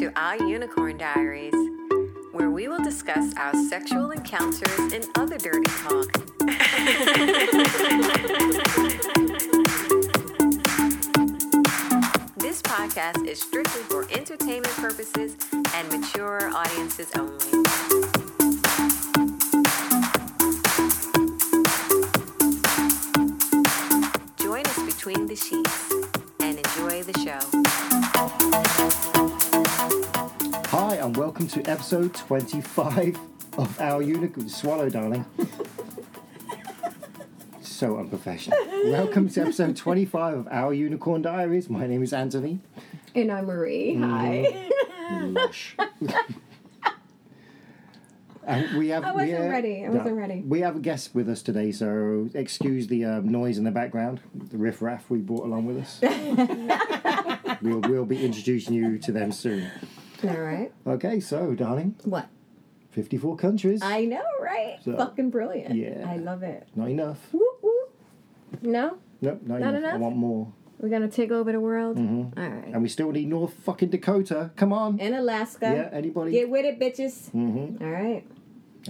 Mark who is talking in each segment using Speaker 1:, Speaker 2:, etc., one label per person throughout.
Speaker 1: to Our Unicorn Diaries, where we will discuss our sexual encounters and other dirty talk. This podcast is strictly for entertainment purposes and mature audiences only. Join us between the sheets and enjoy the show.
Speaker 2: Hi, and welcome to episode 25 of Our Unicorn Swallow, darling. so unprofessional. Welcome to episode 25 of Our Unicorn Diaries. My name is Anthony.
Speaker 3: And I'm Marie.
Speaker 2: Mm-hmm.
Speaker 3: Hi.
Speaker 2: Lush. and we have, I
Speaker 3: wasn't ready, I wasn't ready.
Speaker 2: We have a guest with us today, so excuse the um, noise in the background, the riffraff we brought along with us. we'll, we'll be introducing you to them soon.
Speaker 3: All right.
Speaker 2: Okay, so, darling,
Speaker 3: What?
Speaker 2: 54 countries.
Speaker 3: I know, right?
Speaker 2: So-
Speaker 3: Fucking brilliant.
Speaker 2: Yeah.
Speaker 3: I love it.
Speaker 2: Not enough.
Speaker 3: Woo woo. No?
Speaker 2: Nope, not,
Speaker 3: Not
Speaker 2: enough. I
Speaker 3: enough?
Speaker 2: want more.
Speaker 3: We're gonna take over the world. All right.
Speaker 2: And we still need North fucking Dakota. Come on.
Speaker 3: In Alaska.
Speaker 2: Yeah, anybody?
Speaker 3: Get with it, bitches. Mm-hmm. All right.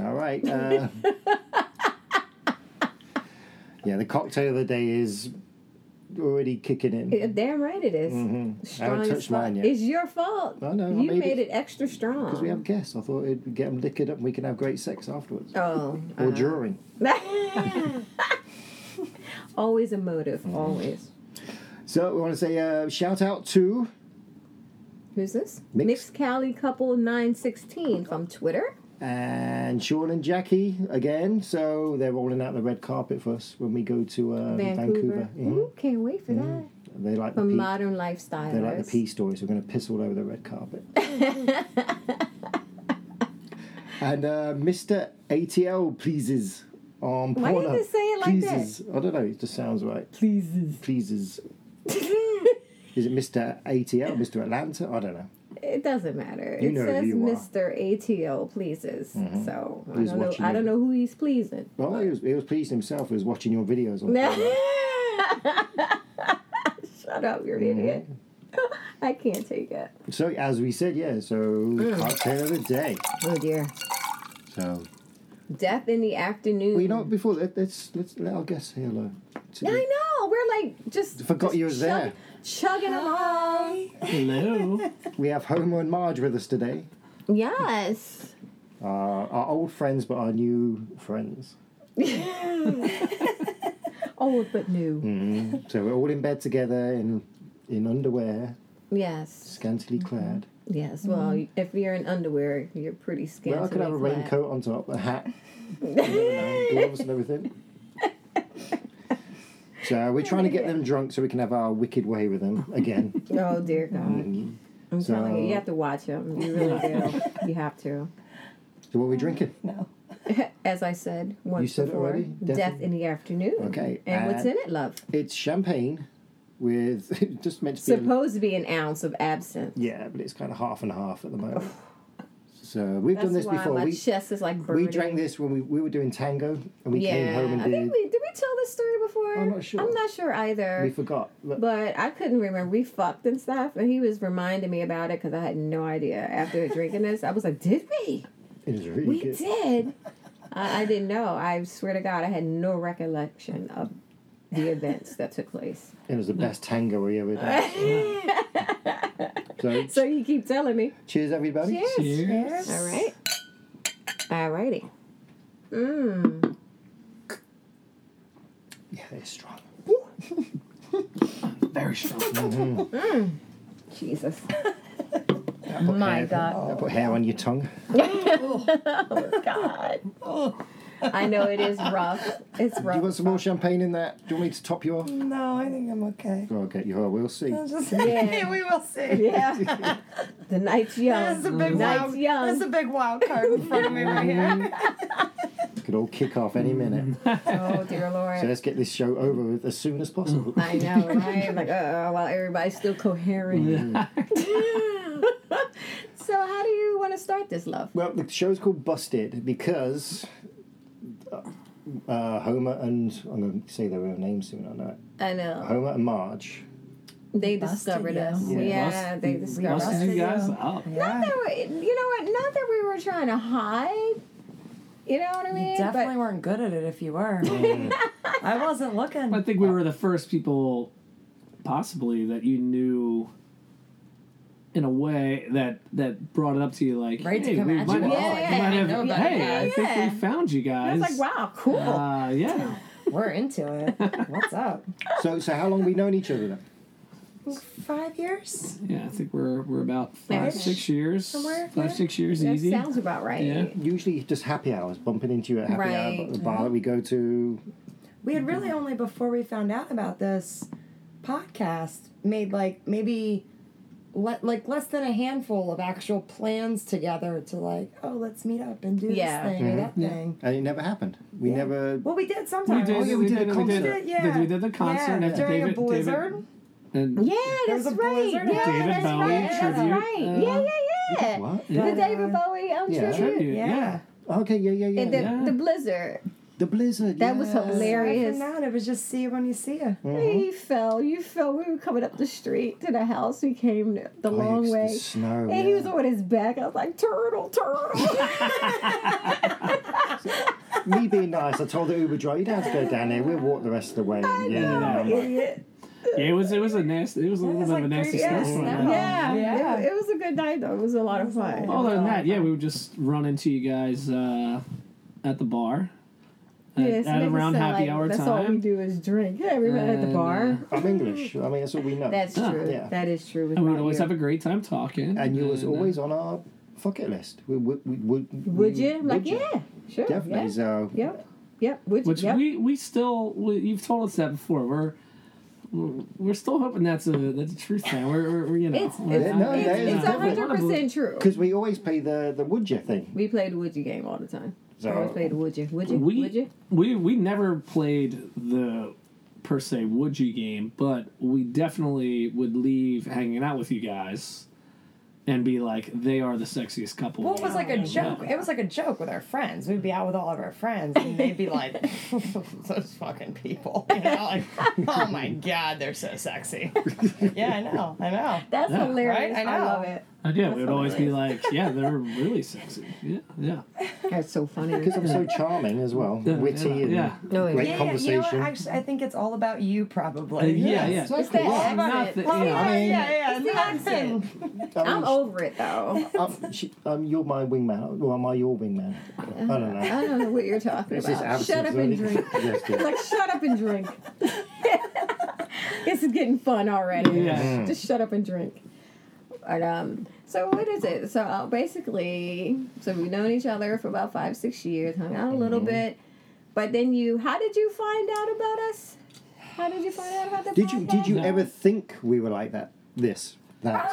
Speaker 2: All right. Uh, yeah, the cocktail of the day is already kicking in.
Speaker 3: Yeah, Damn right it is. Strong
Speaker 2: Mm-hmm. I haven't
Speaker 3: as
Speaker 2: touched
Speaker 3: fuck.
Speaker 2: mine yet. Oh,
Speaker 3: It's your fault.
Speaker 2: I know, I
Speaker 3: You
Speaker 2: made
Speaker 3: made
Speaker 2: it-
Speaker 3: it extra strong.
Speaker 2: Because we have guests. I thought it'd get them liquored up and we can have great sex afterwards.
Speaker 3: Oh.
Speaker 2: Or during.
Speaker 3: always a motive.
Speaker 2: Mm-hmm.
Speaker 3: Always.
Speaker 2: So we want to say uh, shout out to.
Speaker 3: Who's this?
Speaker 2: Mix-
Speaker 3: Mixed Cali Couple 916 from Twitter.
Speaker 2: And Sean and Jackie again. So they're rolling out the red carpet for us when we go to uh, Vancouver.
Speaker 3: Vancouver.
Speaker 2: Mhm.
Speaker 3: Ooh, can't wait for that.
Speaker 2: They like the
Speaker 3: From uh,
Speaker 2: pea-
Speaker 3: modern lifestyle.
Speaker 2: They like the pea stories. We're going to piss all over the red carpet. and uh, Mr. ATL pleases on
Speaker 3: Why
Speaker 2: Pornhub.
Speaker 3: did they say it like that?
Speaker 2: pleases. I don't know. It just sounds right.
Speaker 3: Pleases.
Speaker 2: Pleases. Is it Mr. ATL, Mr. Atlanta? I don't know.
Speaker 3: It doesn't matter.
Speaker 2: You
Speaker 3: it
Speaker 2: know who
Speaker 3: says
Speaker 2: you are.
Speaker 3: Mr. ATO pleases. So I
Speaker 2: He's
Speaker 3: don't know.
Speaker 2: watching
Speaker 3: I
Speaker 2: you.
Speaker 3: don't know who he's pleasing.
Speaker 2: Well, he was, he was pleased himself. He was watching your videos on Pornhub.
Speaker 3: Shut up, you're an
Speaker 2: Mm-hmm.
Speaker 3: idiot. I can't take it.
Speaker 2: So, as we said, yeah, so cocktail of the day.
Speaker 3: Oh dear.
Speaker 2: So,
Speaker 3: Death in the afternoon.
Speaker 2: well, you know, what, before that, let's, let's let our guests say hello. to
Speaker 3: I
Speaker 2: the-
Speaker 3: know. We're like just
Speaker 2: Forgot
Speaker 3: just
Speaker 2: you was there.
Speaker 3: Chugging along.
Speaker 4: Hello.
Speaker 2: We have Homer and Marge with us today.
Speaker 3: Yes.
Speaker 2: our, Uh, our old friends, but our new friends.
Speaker 3: Old but new.
Speaker 2: Mm. So we're all in bed together in in underwear,
Speaker 3: Yes.
Speaker 2: scantily clad.
Speaker 3: Yes. Well, if you're in underwear, you're pretty skinny.
Speaker 2: well, I could have a raincoat on top, a hat, you know, gloves, and everything. So we're trying to get them drunk so we can have our wicked way with them again.
Speaker 3: Oh
Speaker 2: Mm,
Speaker 3: dear God. I'm
Speaker 2: So-
Speaker 3: telling you, you have to watch him. You really do. you have to.
Speaker 2: So what are we drinking?
Speaker 4: No.
Speaker 3: As I said once
Speaker 2: said it
Speaker 3: before,
Speaker 2: already?
Speaker 3: death,
Speaker 2: Death
Speaker 3: in the afternoon.
Speaker 2: Okay,
Speaker 3: And what's
Speaker 2: uh,
Speaker 3: in it, love?
Speaker 2: It's champagne with just meant to be. a-
Speaker 3: Supposed to be an ounce of absinthe.
Speaker 2: yeah, but it's kind of half and half at the moment. So we've
Speaker 3: That's
Speaker 2: done this
Speaker 3: why
Speaker 2: before.
Speaker 3: my
Speaker 2: We,
Speaker 3: chest is like burning.
Speaker 2: we drank this when we, we were doing tango and we
Speaker 3: Yeah,
Speaker 2: came home and
Speaker 3: I
Speaker 2: did.
Speaker 3: think we did. We tell this story before.
Speaker 2: I'm not sure.
Speaker 3: I'm not sure either.
Speaker 2: We forgot. Look,
Speaker 3: But I couldn't remember. We fucked and stuff, and he was reminding me about it because I had no idea. After drinking this, I was like, "Did we?
Speaker 2: it is really
Speaker 3: We
Speaker 2: good.
Speaker 3: did." I, I didn't know. I swear to God, I had no recollection of the events that took place.
Speaker 2: It was the best tango we ever did. so,
Speaker 3: So you keep telling me.
Speaker 2: cheers, everybody.
Speaker 3: Cheers.
Speaker 4: Cheers.
Speaker 3: All right. All righty. Mm,
Speaker 2: Yeah, it's strong.
Speaker 4: Very strong.
Speaker 3: Jesus.
Speaker 2: That put
Speaker 3: My
Speaker 2: hair-
Speaker 3: God.
Speaker 2: That put hair on your tongue.
Speaker 3: God. I know it is rough. It's
Speaker 2: Do you
Speaker 3: rough.
Speaker 2: want some more champagne in that? Do you want me to top you off?
Speaker 4: no, I think I'm okay.
Speaker 2: I'll get you. I will see.
Speaker 4: I was just
Speaker 3: Yeah.
Speaker 4: we will see.
Speaker 3: Yeah. the night's young.
Speaker 4: That's a big
Speaker 3: night's
Speaker 4: wild.
Speaker 3: young.
Speaker 4: That's a big wild card in front of me right here.
Speaker 5: Mm-hmm.
Speaker 2: Could all kick off any minute.
Speaker 3: oh dear Lord.
Speaker 2: So let's get this show over with as soon as possible.
Speaker 3: I know, right? like, uh, while everybody's still coherent. so, how do you want to start this, love?
Speaker 2: Well, the show's called Busted because uh, Homer and I'm going to say their real names soon. I know it.
Speaker 3: I know.
Speaker 2: Homer and Marge
Speaker 3: They
Speaker 5: Busted
Speaker 3: discovered
Speaker 5: you.
Speaker 3: us.
Speaker 5: Yeah.
Speaker 3: Yeah,
Speaker 6: Bust-
Speaker 3: they
Speaker 6: we
Speaker 3: discovered us.
Speaker 6: busted you guys
Speaker 5: you.
Speaker 6: up.
Speaker 3: Not
Speaker 4: Yeah.
Speaker 3: that we, you know what? Not that we were trying to hide. You know what I mean?
Speaker 5: You definitely weren't good at it if you were. I wasn't looking.
Speaker 6: I think we were the first people, possibly, that you knew. In a way that that brought it up to you, like,
Speaker 5: Right, to
Speaker 6: hey,
Speaker 5: come
Speaker 6: we
Speaker 5: at you.
Speaker 6: might, have-
Speaker 5: Yeah,
Speaker 6: we
Speaker 5: yeah,
Speaker 6: might
Speaker 5: I
Speaker 6: have,
Speaker 5: know about
Speaker 6: hey,
Speaker 5: that.
Speaker 6: I
Speaker 3: Yeah.
Speaker 6: think we found you
Speaker 3: but I
Speaker 6: guys.
Speaker 3: was like, wow, cool.
Speaker 6: Uh, yeah,
Speaker 5: We're into it. What's up?
Speaker 2: So, so how long we known each other then?
Speaker 4: Five years?
Speaker 6: yeah. I think we're we're about five,
Speaker 3: Okay.
Speaker 6: six years,
Speaker 4: Somewhere,
Speaker 6: five,
Speaker 4: yeah.
Speaker 6: six years,
Speaker 3: that
Speaker 6: easy.
Speaker 3: sounds about right.
Speaker 6: Yeah.
Speaker 2: Usually just happy hours, bumping into you at happy hour,
Speaker 3: Right.
Speaker 2: the bar that we go to.
Speaker 4: We had
Speaker 3: Mm-hmm.
Speaker 4: really only before we found out about this podcast
Speaker 5: made like maybe le- like less than a handful of actual plans together to like
Speaker 4: oh, let's meet up and do
Speaker 3: Yeah.
Speaker 4: this thing or that thing.
Speaker 2: And it never happened. We never.
Speaker 4: Well, we did
Speaker 6: We
Speaker 4: sometimes.
Speaker 5: "Oh,
Speaker 6: did,
Speaker 2: yeah, we did a
Speaker 6: we
Speaker 2: concert.
Speaker 6: did, we did the concert
Speaker 4: yeah.
Speaker 6: after
Speaker 4: during
Speaker 6: David,
Speaker 4: a blizzard.
Speaker 6: David, and
Speaker 3: Yeah,
Speaker 4: There's
Speaker 3: that's
Speaker 4: a
Speaker 3: right.
Speaker 4: blizzard
Speaker 3: Yeah,
Speaker 6: David
Speaker 3: that's
Speaker 6: Bowie
Speaker 3: right. That's
Speaker 6: tribute,
Speaker 3: right.
Speaker 6: uh,
Speaker 3: yeah, yeah, yeah.
Speaker 2: What?
Speaker 6: Yeah.
Speaker 3: The David Bowie um,
Speaker 2: Yeah.
Speaker 3: tribute.
Speaker 6: tribute,
Speaker 4: Yeah.
Speaker 6: yeah.
Speaker 2: Okay, yeah, yeah, yeah.
Speaker 3: And the,
Speaker 2: yeah.
Speaker 3: the blizzard.
Speaker 2: The blizzard.
Speaker 3: That was
Speaker 2: yes.
Speaker 4: Aside
Speaker 3: hilarious.
Speaker 4: from that, it was just see you when you see you.
Speaker 3: You fell. You fell. We were coming up the street to the house. We came the
Speaker 2: Oh, yeah,
Speaker 3: long
Speaker 2: it's the
Speaker 3: way.
Speaker 2: snow.
Speaker 3: And
Speaker 2: yeah.
Speaker 3: he was on his back. I was like, turtle, turtle.
Speaker 2: Me being nice, I told the Uber driver, "You don't have to go down here. We'll walk the rest of the way." yeah, yeah, yeah.
Speaker 4: Idiot.
Speaker 6: Yeah, uh, it was it was a nasty. It was a little
Speaker 4: was
Speaker 6: bit of
Speaker 4: like
Speaker 6: a nasty
Speaker 4: three- yeah,
Speaker 6: snowstorm.
Speaker 4: snow.
Speaker 6: Oh, yeah.
Speaker 3: yeah.
Speaker 4: Yeah.
Speaker 3: It, it was a good night, though. It was a lot of fun.
Speaker 6: Other than that, yeah, we would just run into you guys uh, at the bar at,
Speaker 3: Yeah, so
Speaker 6: at
Speaker 3: they just
Speaker 6: around
Speaker 3: said,
Speaker 6: happy
Speaker 3: like,
Speaker 6: hour
Speaker 3: that's all we
Speaker 6: time.
Speaker 3: do is drink. Yeah, we met at the
Speaker 6: And, uh,
Speaker 3: bar.
Speaker 2: I'm English. I mean, that's all we know.
Speaker 3: That's
Speaker 6: Yeah.
Speaker 3: true.
Speaker 2: Yeah.
Speaker 3: That is true. with
Speaker 6: And we
Speaker 3: my
Speaker 6: would always
Speaker 3: ear.
Speaker 6: have a great time talking.
Speaker 2: and you was
Speaker 6: uh,
Speaker 2: always on our fuck it list. We, we, we, we-
Speaker 3: Would you? I'm like,
Speaker 2: would you?
Speaker 3: yeah, sure.
Speaker 2: Definitely.
Speaker 3: Yeah.
Speaker 2: So,
Speaker 3: Yep. Yep. Would you?
Speaker 6: which
Speaker 3: yep.
Speaker 6: we we still we, you've told us that before. We're we're we're still hoping that's a that's a truth now. We're, we're, we're, you know
Speaker 3: It's
Speaker 6: we're
Speaker 3: it's
Speaker 6: not-
Speaker 2: No, that
Speaker 3: it's,
Speaker 2: is
Speaker 3: it's
Speaker 2: definitely-
Speaker 3: hundred percent true.
Speaker 2: because we always play the the would you thing.
Speaker 3: We played the Would You game all the time.
Speaker 2: So-
Speaker 3: I always played the Would You. Would You?
Speaker 6: we
Speaker 3: Would You?
Speaker 6: we we never played the per se would you game, but we definitely would leave hanging out with you guys and be like they are the sexiest couple.
Speaker 5: Well, it was like a
Speaker 6: Yeah.
Speaker 5: joke. It was like a joke with our friends. We'd be out with all of our friends, and they'd be like, "Those fucking people," you know, like, "Oh my god, they're so sexy." yeah, I know, I know.
Speaker 3: That's
Speaker 6: Yeah.
Speaker 3: hilarious.
Speaker 5: Right? I
Speaker 3: I,
Speaker 5: know.
Speaker 3: love it.
Speaker 6: And Uh, yeah, we would always be like, yeah, they're really sexy. Yeah, yeah.
Speaker 3: That's so funny.
Speaker 2: Because I'm so charming as well,
Speaker 6: Yeah,
Speaker 2: witty
Speaker 6: yeah,
Speaker 2: and
Speaker 6: yeah.
Speaker 3: No, it-
Speaker 2: great
Speaker 5: Yeah, yeah, you know
Speaker 2: conversation.
Speaker 5: what? Actually, I think it's all about you,
Speaker 6: Uh,
Speaker 5: probably.
Speaker 6: yeah, yeah.
Speaker 5: Yes.
Speaker 3: It's that
Speaker 6: Well, not
Speaker 3: accent.
Speaker 6: that, you know,
Speaker 5: Yeah,
Speaker 6: I mean,
Speaker 5: yeah, yeah.
Speaker 3: It's the
Speaker 5: nothing.
Speaker 3: accent. I'm over it though.
Speaker 2: I'm, she, um, you're my wingman, or am I your wingman? I don't know.
Speaker 3: I don't know what you're talking
Speaker 2: It's just
Speaker 3: about.
Speaker 2: absence.
Speaker 3: Uh, Shut up and
Speaker 2: isn't
Speaker 3: drink.
Speaker 2: it? yes, yes.
Speaker 3: like, shut up and drink. this is getting fun already.
Speaker 6: Yeah.
Speaker 3: Just shut up and drink. But um, so what is it? So uh, basically, so we've known each other for about five, six years, hung out a little bit, but then you, how did you find out about us? How did you find out about the
Speaker 2: Did you did you
Speaker 6: No.
Speaker 2: ever think we were like that? This that.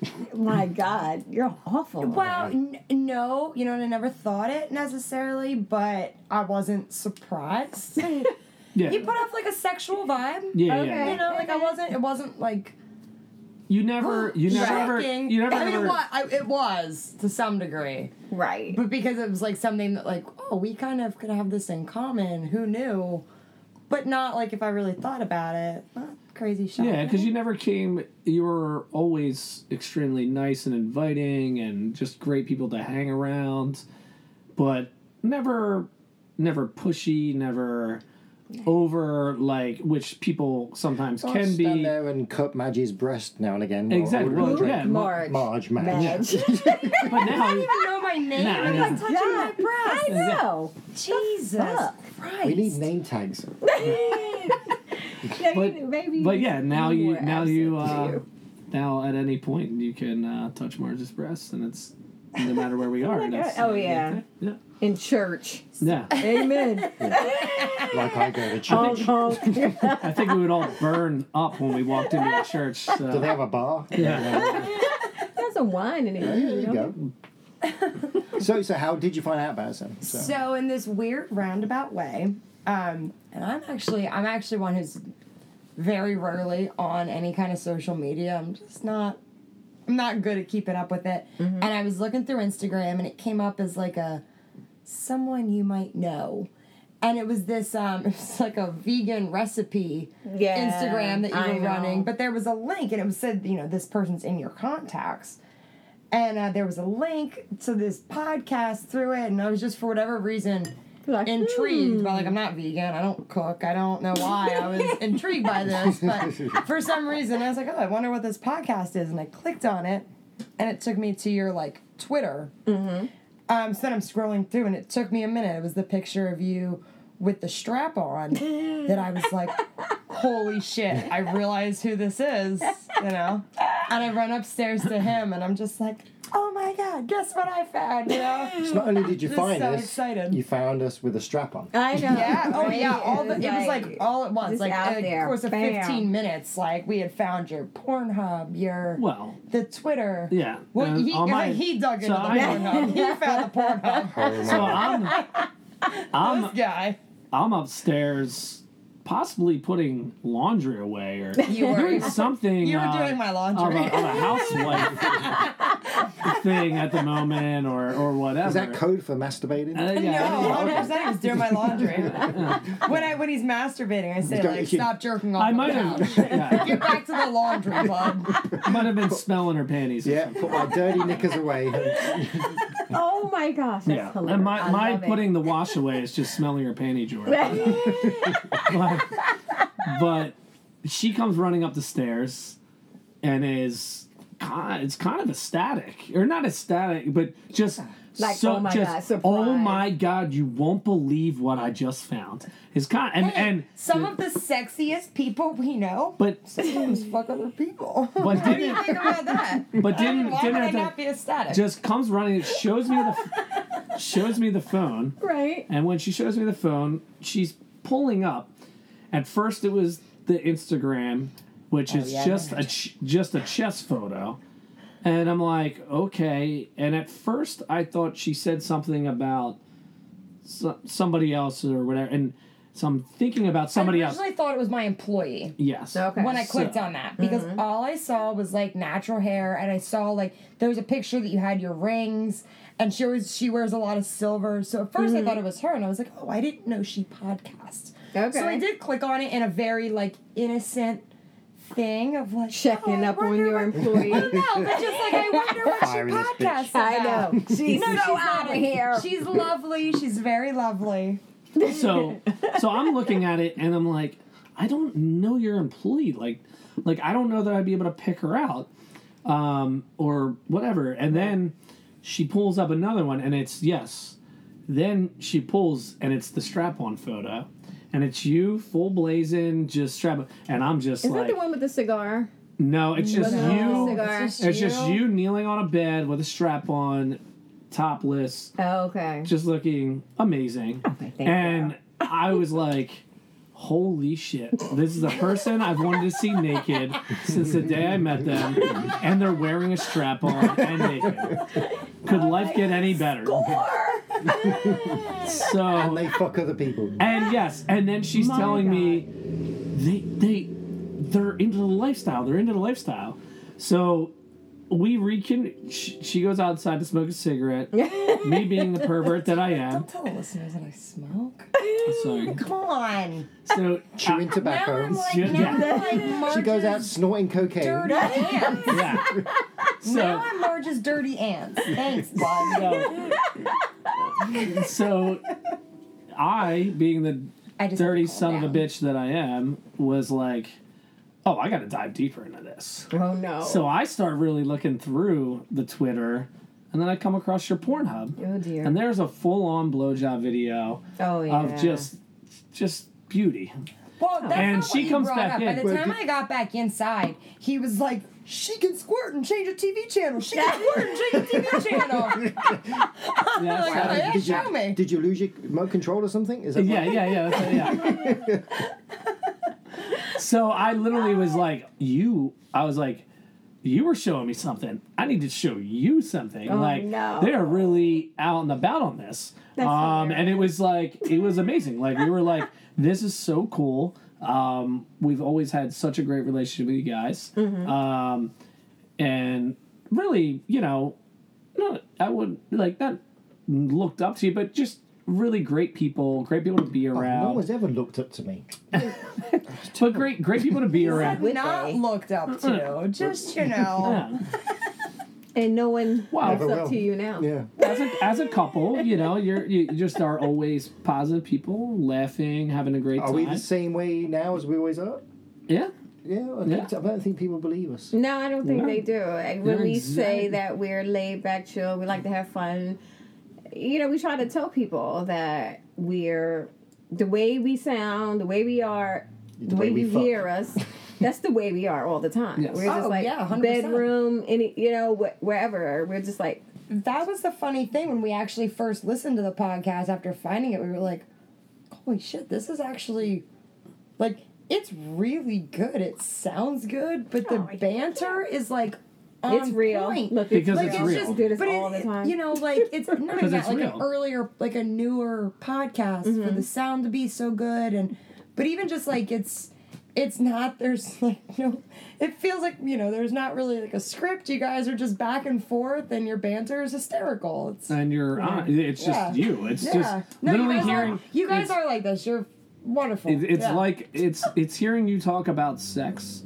Speaker 2: this.
Speaker 3: podcast? My God, you're awful.
Speaker 5: Well,
Speaker 6: Mm-hmm.
Speaker 5: n- no, you know, and I never thought it necessarily, but I wasn't surprised. he
Speaker 6: yeah.
Speaker 5: put off like a sexual vibe.
Speaker 6: yeah,
Speaker 3: Okay.
Speaker 6: yeah.
Speaker 5: You know, like I wasn't. It wasn't like
Speaker 6: You never, you never, ever,
Speaker 5: shocking.
Speaker 6: you never.
Speaker 5: I mean,
Speaker 6: ever-
Speaker 5: it was. I, it was to some degree,
Speaker 3: right.
Speaker 5: but because it was like something that, like, oh, we kind of could have this in common. Who knew? But not like if I really thought about it. Not crazy shocking.
Speaker 6: Yeah, because you never came. You were always extremely nice and inviting, and just great people to hang around, but never, never pushy, never over like which people sometimes
Speaker 2: I'll
Speaker 6: can
Speaker 2: stand
Speaker 6: be.
Speaker 2: there and cut Madge's breast now and again. while
Speaker 6: Exactly.
Speaker 2: ordering a
Speaker 6: Well,
Speaker 2: drink.
Speaker 6: yeah.
Speaker 3: Marge.
Speaker 2: Marge, Madge.
Speaker 3: Madge.
Speaker 6: But now,
Speaker 5: You know my name.
Speaker 6: Nah,
Speaker 5: I'm
Speaker 6: yeah.
Speaker 5: like touching my
Speaker 3: Yeah.
Speaker 5: breast.
Speaker 3: I know.
Speaker 5: Jesus
Speaker 3: fuck?
Speaker 5: Christ.
Speaker 2: We need name tags.
Speaker 3: Maybe- maybe
Speaker 6: but yeah, now you,
Speaker 3: more
Speaker 6: now you,
Speaker 3: absent
Speaker 6: uh,
Speaker 3: to you.
Speaker 6: now at any point you can uh, touch Marge's breast, and it's no matter where we are. that's-
Speaker 3: Oh, yeah.
Speaker 6: yeah,
Speaker 3: in church.
Speaker 6: yeah.
Speaker 3: Amen.
Speaker 2: Like I go to
Speaker 3: honk,
Speaker 2: church.
Speaker 3: honk.
Speaker 6: I think we would all burn up when we walked into the church. So.
Speaker 2: Do they have a bar?
Speaker 6: Yeah.
Speaker 3: There's some wine in it.
Speaker 2: There you go. so, so how did you find out about us then? So,
Speaker 5: So in this weird roundabout way, um, and I'm actually I'm actually one who's very rarely on any kind of social media. I'm just not I'm not good at keeping up with it. And I was looking through Instagram and it came up as like a someone you might know. and it was this um it was like a vegan recipe
Speaker 3: Yeah,
Speaker 5: Instagram that you
Speaker 3: I
Speaker 5: were
Speaker 3: know.
Speaker 5: running, but there was a link and it was said, you know, this person's in your contacts. And uh, there was a link to this podcast through it, and I was just for whatever reason
Speaker 3: Like,
Speaker 5: intrigued by like I'm not vegan, I don't cook, I don't know why I was intrigued by this, but for some reason I was like, oh, I wonder what this podcast is, and I clicked on it, and it took me to your like Twitter. Um, so then I'm scrolling through, and it took me a minute. It was the picture of you with the strap on that I was like, "Holy shit! I realize who this is," you know. And I run upstairs to him, and I'm just like, "Oh my god! Guess what I found?" You know.
Speaker 2: So not only did you
Speaker 5: This is
Speaker 2: find
Speaker 5: so
Speaker 2: us,
Speaker 5: exciting.
Speaker 2: you found us with a strap on.
Speaker 3: I know.
Speaker 5: Yeah. Oh
Speaker 3: right?
Speaker 5: yeah. All the it was like all at once,
Speaker 3: just
Speaker 5: like
Speaker 3: out
Speaker 5: in the
Speaker 3: there.
Speaker 5: course of
Speaker 3: Bam.
Speaker 5: 15 minutes. Like we had found your Pornhub, your
Speaker 6: Well,
Speaker 5: the Twitter.
Speaker 6: yeah.
Speaker 5: Well,
Speaker 6: and
Speaker 5: he,
Speaker 6: on my-
Speaker 5: he dug into
Speaker 6: so
Speaker 5: the
Speaker 6: I-
Speaker 5: Pornhub. he found the Pornhub.
Speaker 2: Oh,
Speaker 6: So
Speaker 2: my-
Speaker 6: I'm,
Speaker 5: This
Speaker 6: I'm,
Speaker 5: guy.
Speaker 6: I'm upstairs, possibly putting laundry away or
Speaker 5: You were.
Speaker 6: doing something.
Speaker 5: You were
Speaker 6: uh,
Speaker 5: doing my
Speaker 6: of
Speaker 5: laundry.
Speaker 6: a, of a housewife thing at the moment or or whatever.
Speaker 2: is that code for masturbating?
Speaker 6: Uh,
Speaker 5: No,
Speaker 6: yeah,
Speaker 5: hundred percent. He was doing my laundry. when I when he's masturbating, I say
Speaker 2: got-
Speaker 5: like,
Speaker 2: he-
Speaker 5: "Stop jerking off."
Speaker 6: I
Speaker 5: on the
Speaker 6: might have
Speaker 5: couch.
Speaker 6: yeah,
Speaker 5: Get back to the laundry club.
Speaker 6: I might have been smelling her panties. or
Speaker 2: yeah,
Speaker 6: something.
Speaker 2: put my dirty knickers away.
Speaker 3: Oh my gosh. That's
Speaker 6: Yeah,
Speaker 3: hilarious.
Speaker 6: and my,
Speaker 3: I
Speaker 6: my
Speaker 3: love it.
Speaker 6: putting the wash away is just smelling her panty drawer. but she comes running up the stairs and is kind, it's kind of ecstatic or not ecstatic but just
Speaker 3: Like,
Speaker 6: so
Speaker 3: oh my
Speaker 6: just,
Speaker 3: God, surprise.
Speaker 6: oh my god you won't believe what i just found is kind and and
Speaker 5: Some of the sexiest people we know
Speaker 6: but
Speaker 5: sometimes fuck other people.
Speaker 6: but
Speaker 5: What do you
Speaker 6: didn't
Speaker 5: think about that?
Speaker 6: but
Speaker 5: I mean,
Speaker 6: didn't
Speaker 5: why would
Speaker 6: didn't
Speaker 5: I
Speaker 6: have to-
Speaker 5: not be ecstatic?
Speaker 6: just comes running shows me the shows me the phone
Speaker 3: Right.
Speaker 6: And when she shows me the phone, she's pulling up. At first, it was the Instagram, which
Speaker 5: Oh,
Speaker 6: is
Speaker 5: yeah, I
Speaker 6: just a ch- just a chess photo. And I'm like, okay. And at first, I thought she said something about so- somebody else or whatever. And so I'm thinking about somebody
Speaker 5: I
Speaker 6: else.
Speaker 5: originally thought it was my employee.
Speaker 6: Yes.
Speaker 3: Okay.
Speaker 5: when I clicked
Speaker 6: So-
Speaker 5: on that because
Speaker 3: mm-hmm.
Speaker 5: all I saw was like natural hair, and I saw like there was a picture that you had your rings, and she was she wears a lot of silver. So at 1st I
Speaker 3: Mm.
Speaker 5: thought it was her, and I was like, oh, I didn't know she podcast.
Speaker 3: Okay.
Speaker 5: So I did click on it in a very like innocent thing of like
Speaker 3: Checking
Speaker 5: oh, I
Speaker 3: up on
Speaker 5: wonder
Speaker 3: your
Speaker 5: what-
Speaker 3: employee.
Speaker 5: No, but just like I wonder what
Speaker 2: Firing
Speaker 5: she
Speaker 2: this bitch.
Speaker 5: podcasts.
Speaker 3: I
Speaker 5: about.
Speaker 3: know. She's
Speaker 5: No,
Speaker 3: so
Speaker 5: she's
Speaker 3: out
Speaker 5: not.
Speaker 3: of here.
Speaker 5: She's lovely. She's very lovely.
Speaker 6: so so I'm looking at it and I'm like, I don't know your employee. Like like I don't know that I'd be able to pick her out. Um or whatever. And then she pulls up another one and it's yes. Then she pulls and it's the strap on photo. And it's you full blazing, just strap and I'm just
Speaker 3: Is
Speaker 6: like
Speaker 3: that the one with the cigar?
Speaker 6: No, it's just
Speaker 5: Oh,
Speaker 3: Wasn't it
Speaker 6: you
Speaker 3: the cigar?
Speaker 5: It's
Speaker 6: it's just you kneeling on a bed with a strap on, topless,
Speaker 3: Oh, okay.
Speaker 6: just looking amazing.
Speaker 3: thank
Speaker 6: and I was like, holy shit, this is a person I've wanted to see naked since the day I met them, and they're wearing a strap on and naked. Could life get any better? so,
Speaker 2: they fuck other people.
Speaker 6: and yes, and then she's telling me they they they're into the lifestyle. They're into the lifestyle. So we recon. She, she goes outside to smoke a cigarette. me being the pervert that I am.
Speaker 5: Tell the listeners that I smoke.
Speaker 6: Sorry.
Speaker 5: Come on.
Speaker 6: So
Speaker 2: Chewing
Speaker 5: Now
Speaker 2: tobacco.
Speaker 5: I'm like,
Speaker 6: Yeah.
Speaker 5: now I'm like
Speaker 2: She goes out
Speaker 5: Marge's
Speaker 2: snorting cocaine.
Speaker 5: dirty ants.
Speaker 6: yeah.
Speaker 5: Now
Speaker 6: So
Speaker 5: I'm Marge's dirty ants. Thanks, Bob.
Speaker 6: so, so I, being the
Speaker 5: I just
Speaker 6: dirty
Speaker 5: had to calm
Speaker 6: son of a
Speaker 5: down.
Speaker 6: bitch that I am, was like, oh, I got to dive deeper into this.
Speaker 3: Oh no.
Speaker 6: So I start really looking through the Twitter, and then I come across your Pornhub,
Speaker 3: oh dear.
Speaker 6: and there's a full-on blowjob video
Speaker 3: oh yeah.
Speaker 6: of just, just beauty.
Speaker 5: Well, that's
Speaker 6: And
Speaker 5: not
Speaker 6: she
Speaker 5: what you
Speaker 6: comes
Speaker 5: brought
Speaker 6: back
Speaker 5: up.
Speaker 6: in.
Speaker 5: By the
Speaker 6: But
Speaker 5: time I got back inside, he was like, "She can squirt and change a TV channel. She can squirt and change a TV channel."
Speaker 6: Yeah,
Speaker 5: Like,
Speaker 6: so-
Speaker 5: yeah,
Speaker 2: Uh, did, you,
Speaker 5: show me.
Speaker 2: did you lose your remote control or something? Is that
Speaker 6: yeah, yeah, yeah, that's it, yeah. so I literally was like, "You," I was like, "You were showing me something. I need to show you something." like
Speaker 3: no.
Speaker 6: they are really out and about on this. um, and it was like it was amazing. like we were like, "This is so cool." Um, we've always had such a great relationship with you guys, um, and really, you know, not I would like not looked up to you, but just really great people, great people to
Speaker 5: Oh,
Speaker 6: be
Speaker 2: No
Speaker 6: around,
Speaker 2: one's ever looked up to me.
Speaker 6: but great great people to be around.
Speaker 3: Would
Speaker 5: not
Speaker 3: they?
Speaker 5: looked up to. Just you know,
Speaker 6: Yeah.
Speaker 3: And no one
Speaker 6: Wow.
Speaker 3: looks
Speaker 2: Never
Speaker 3: up
Speaker 2: will.
Speaker 3: to you now.
Speaker 2: Yeah.
Speaker 6: as a as a couple, you know, you're you just are always positive people, laughing, having a great
Speaker 2: Are
Speaker 6: time.
Speaker 2: we the same way now as we always are?
Speaker 6: yeah,
Speaker 2: Yeah. I,
Speaker 6: Yeah.
Speaker 2: Think, I don't think people believe us.
Speaker 3: No, I don't think
Speaker 6: No.
Speaker 3: they do. Like, when
Speaker 6: No,
Speaker 3: we say
Speaker 6: exactly.
Speaker 3: that we're laid back, chill, we like to have fun, you know, we try to tell people that we're the way we sound, the way we are, the, way, you
Speaker 2: fuck.
Speaker 3: hear us. That's the way we are all the time.
Speaker 6: Yes.
Speaker 3: We're just
Speaker 5: Oh,
Speaker 3: like
Speaker 5: yeah, 100%.
Speaker 3: bedroom, any you know, wh- wherever. We're just like
Speaker 5: that was the funny thing when we actually first listened to the podcast. After finding it, we were like, "Holy shit, this is actually like it's really good. It sounds good, but the banter is like." On
Speaker 3: Oh, it's real.
Speaker 5: point.
Speaker 3: Look,
Speaker 6: Because
Speaker 3: like,
Speaker 6: it's
Speaker 3: it's
Speaker 6: real.
Speaker 3: just do this
Speaker 5: but
Speaker 3: all
Speaker 5: it-
Speaker 3: the time.
Speaker 5: You know, like it's not only
Speaker 6: 'Cause
Speaker 5: that,
Speaker 6: it's
Speaker 5: like
Speaker 6: real.
Speaker 5: an earlier, like a newer podcast
Speaker 3: Mm-hmm.
Speaker 5: for the sound to be so good, and but even just like it's, it's not. There's like you know, it feels like you know, there's not really like a script. You guys are just back and forth, and your banter is hysterical. It's
Speaker 6: and you're on, it's just
Speaker 5: Yeah.
Speaker 6: you. It's
Speaker 5: yeah,
Speaker 6: just
Speaker 5: no,
Speaker 6: literally
Speaker 5: you guys
Speaker 6: hearing
Speaker 5: Are, you guys
Speaker 6: it's-
Speaker 5: are like this. You're wonderful.
Speaker 6: It, it's
Speaker 5: Yeah.
Speaker 6: like it's it's hearing you talk about sex,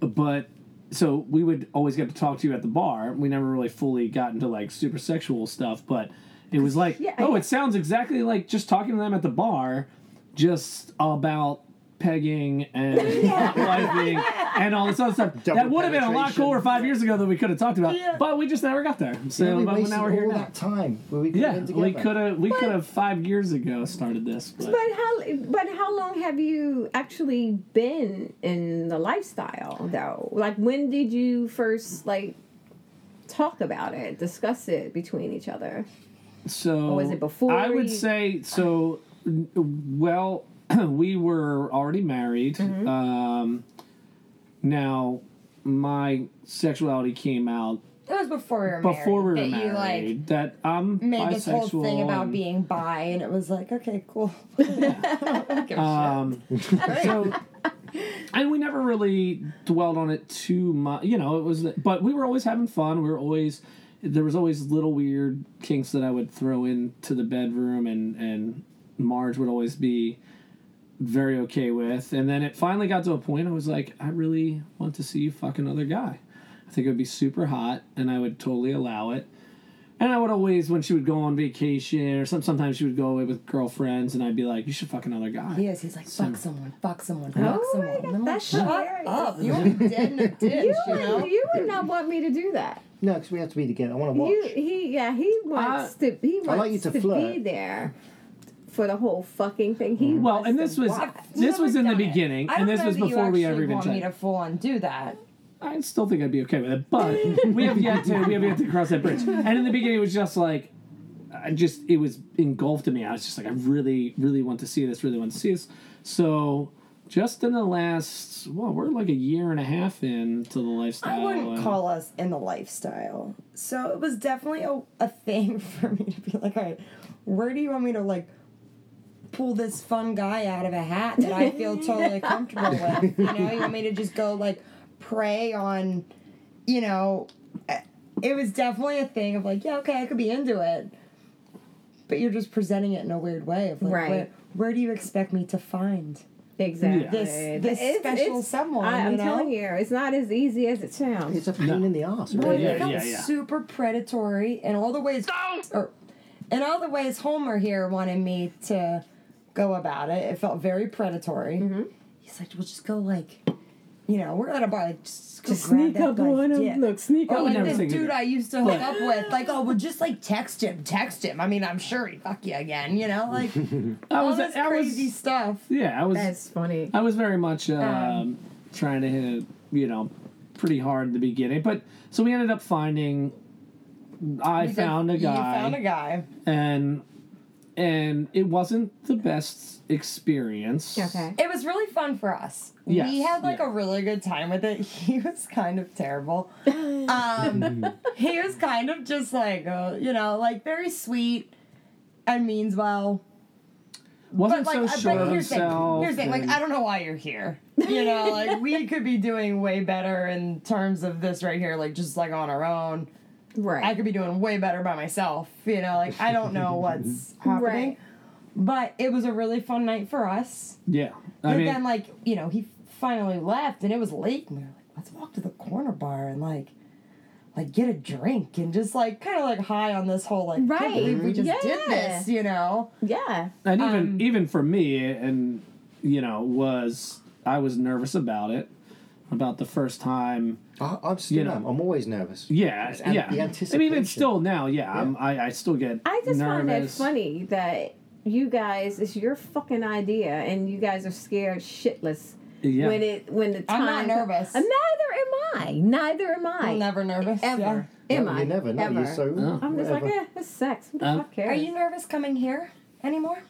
Speaker 6: but so we would always get to talk to you at the bar. We never really fully got into like super sexual stuff, but it was like,
Speaker 3: Yeah,
Speaker 6: oh,
Speaker 3: yeah.
Speaker 6: it sounds exactly like just talking to them at the bar, just about pegging and hotwifing and all this other stuff. that
Speaker 2: Double
Speaker 6: would have been a lot
Speaker 2: penetration.
Speaker 6: cooler five years ago that we could have talked about, but we just never got there.
Speaker 2: Yeah,
Speaker 6: So
Speaker 2: we
Speaker 6: but
Speaker 2: wasted
Speaker 6: now
Speaker 2: all
Speaker 6: we're here now.
Speaker 2: that time where we could
Speaker 6: Yeah,
Speaker 2: have been
Speaker 6: we
Speaker 2: together.
Speaker 6: could have we could have five years ago started this, but,
Speaker 3: But how? But how long have you actually been in the lifestyle, though? Like, when did you first like talk about it, discuss it between each other?
Speaker 6: So
Speaker 3: Or was it before
Speaker 6: I would
Speaker 3: you-
Speaker 6: say so. n- Well, we were already married.
Speaker 5: Mm-hmm.
Speaker 6: Um, now, my sexuality came out
Speaker 5: it was before we were married.
Speaker 6: before we were
Speaker 5: that You
Speaker 6: married.
Speaker 5: like
Speaker 6: that I'm
Speaker 5: made
Speaker 6: bisexual.
Speaker 5: this whole thing about
Speaker 6: and,
Speaker 5: being bi, and it was like, okay, cool.
Speaker 6: Um, so, and we never really dwelled on it too much. You know, it was, but we were always having fun. We were always, there was always little weird kinks that I would throw into the bedroom, and and Marge would always be very okay with. And then it finally got to a point I was like, I really want to see you fuck another guy. I think it would be super hot, and I would totally allow it. And I would always, when she would go on vacation, or some, sometimes she would go away with girlfriends, and I'd be like, "You should fuck another guy."
Speaker 5: He is. He's like, fuck someone, fuck someone, fuck
Speaker 3: Oh my
Speaker 5: someone.
Speaker 3: God,
Speaker 5: And I'm like,
Speaker 3: that's
Speaker 5: shut
Speaker 3: hilarious.
Speaker 5: up. You want me dead in a ditch, you,
Speaker 3: You would,
Speaker 5: know?
Speaker 3: you would not want me to do that.
Speaker 2: No, because we have to be together. I want to watch.
Speaker 3: You, he, yeah, he wants to. He wants
Speaker 2: like you to
Speaker 3: to, be
Speaker 2: flirt.
Speaker 3: there for the whole fucking thing. He
Speaker 6: Well,
Speaker 3: wants
Speaker 6: and
Speaker 3: to
Speaker 6: this was
Speaker 3: watch.
Speaker 6: this was in the
Speaker 5: Never done it.
Speaker 6: beginning,
Speaker 5: I
Speaker 6: and
Speaker 5: don't
Speaker 6: this
Speaker 5: know
Speaker 6: was
Speaker 5: that you
Speaker 6: before
Speaker 5: actually
Speaker 6: we ever even
Speaker 5: want me
Speaker 6: checked.
Speaker 5: to full on do that.
Speaker 6: I still think I'd be okay with it, but we have yet to we have yet to cross that bridge. And in the beginning, it was just like, I just it was engulfed in me. I was just like, I really, really want to see this. Really want to see this. So. Just in the last, well, we're like a year and a half into the lifestyle.
Speaker 5: I wouldn't
Speaker 6: and-
Speaker 5: call us in the lifestyle. So it was definitely a, a thing for me to be like, all right, where do you want me to like pull this fun guy out of a hat that I feel totally comfortable with? You know, you want me to just go like prey on, you know, eh, it was definitely a thing of like, yeah, okay, I could be into it. But you're just presenting it in a weird way of like,
Speaker 3: Right.
Speaker 5: where, where do you expect me to find?
Speaker 3: exactly
Speaker 5: This- this special someone,
Speaker 3: I, am
Speaker 5: you know?
Speaker 3: telling you, it's not as easy as it sounds.
Speaker 2: It's a pain in the ass.
Speaker 5: Well,
Speaker 2: Really.
Speaker 5: it
Speaker 6: Yeah,
Speaker 5: felt
Speaker 6: yeah, yeah.
Speaker 5: super predatory in all the ways. Or, in all the ways Homer here wanted me to go about it. It felt very predatory.
Speaker 6: Mm-hmm.
Speaker 5: He's like, "We'll just go like, you know, we're at a bar, like just, go grab that guy's dick."
Speaker 6: sneak
Speaker 5: Or
Speaker 6: I would
Speaker 5: like
Speaker 6: never
Speaker 5: this
Speaker 6: think of
Speaker 5: dude
Speaker 6: it.
Speaker 5: I used to hook up with, like, oh, well, just like text him, text him. I mean, I'm sure he'd fuck you again, you know, like
Speaker 6: I
Speaker 5: all
Speaker 6: was,
Speaker 5: this
Speaker 6: I was-
Speaker 5: crazy stuff.
Speaker 6: yeah, I was.
Speaker 3: funny.
Speaker 6: I was very much um, trying to hit, it, you know, pretty hard in the beginning. But so we ended up finding. I found a
Speaker 5: You
Speaker 6: guy,
Speaker 5: found a guy.
Speaker 6: and and it wasn't the best experience.
Speaker 3: Okay.
Speaker 5: It was really fun for us.
Speaker 6: Yes,
Speaker 5: we had like
Speaker 6: yeah.
Speaker 5: a really good time with it. He was kind of terrible.
Speaker 6: Mm-hmm.
Speaker 5: Um, he was kind of just like, uh, you know, like very sweet and means well.
Speaker 6: wasn't
Speaker 5: But like,
Speaker 6: so
Speaker 5: uh,
Speaker 6: sure
Speaker 5: but
Speaker 6: of
Speaker 5: here's the thing.
Speaker 6: himself.
Speaker 5: Here's the thing. Like,
Speaker 6: and-
Speaker 5: I don't know why you're here. You know, like we could be doing way better in terms of this right here. Like, just like on our own.
Speaker 3: Right.
Speaker 5: I could be doing way better by myself. You know, like I don't know what's happening.
Speaker 3: Right.
Speaker 5: But it was a really fun night for us.
Speaker 6: Yeah. I
Speaker 5: but
Speaker 6: mean,
Speaker 5: then, like, you know, he finally left and it was late, and we were like, let's walk to the corner bar and, like, like get a drink and just like kind of like high on this whole like "Can't
Speaker 3: Right.
Speaker 5: believe we just did
Speaker 3: Yeah.
Speaker 5: this you know
Speaker 3: yeah.
Speaker 6: and even
Speaker 5: Um,
Speaker 6: even for me and you know was i was nervous about it about the first time
Speaker 2: I, I'm still
Speaker 6: You know.
Speaker 2: am. I'm always nervous.
Speaker 6: yeah
Speaker 2: It's an-
Speaker 6: yeah
Speaker 2: the
Speaker 6: i mean
Speaker 2: anticipation.
Speaker 6: it's still now yeah, I'm, I, I still get
Speaker 3: I just find it
Speaker 6: nervous
Speaker 3: funny that you guys it's your fucking idea and you guys are scared shitless
Speaker 6: yeah
Speaker 3: when it when the
Speaker 5: I'm
Speaker 3: time.
Speaker 5: not nervous.
Speaker 3: And neither am I. Neither am I.
Speaker 5: I'm never nervous
Speaker 3: ever. Am
Speaker 2: you
Speaker 3: I?
Speaker 2: never know.
Speaker 3: Ever.
Speaker 2: You're so.
Speaker 6: No.
Speaker 3: I'm just
Speaker 2: whatever.
Speaker 3: like, eh, it's sex. Who the
Speaker 6: Um,
Speaker 3: fuck
Speaker 5: yeah.
Speaker 3: cares?
Speaker 5: are you nervous coming here anymore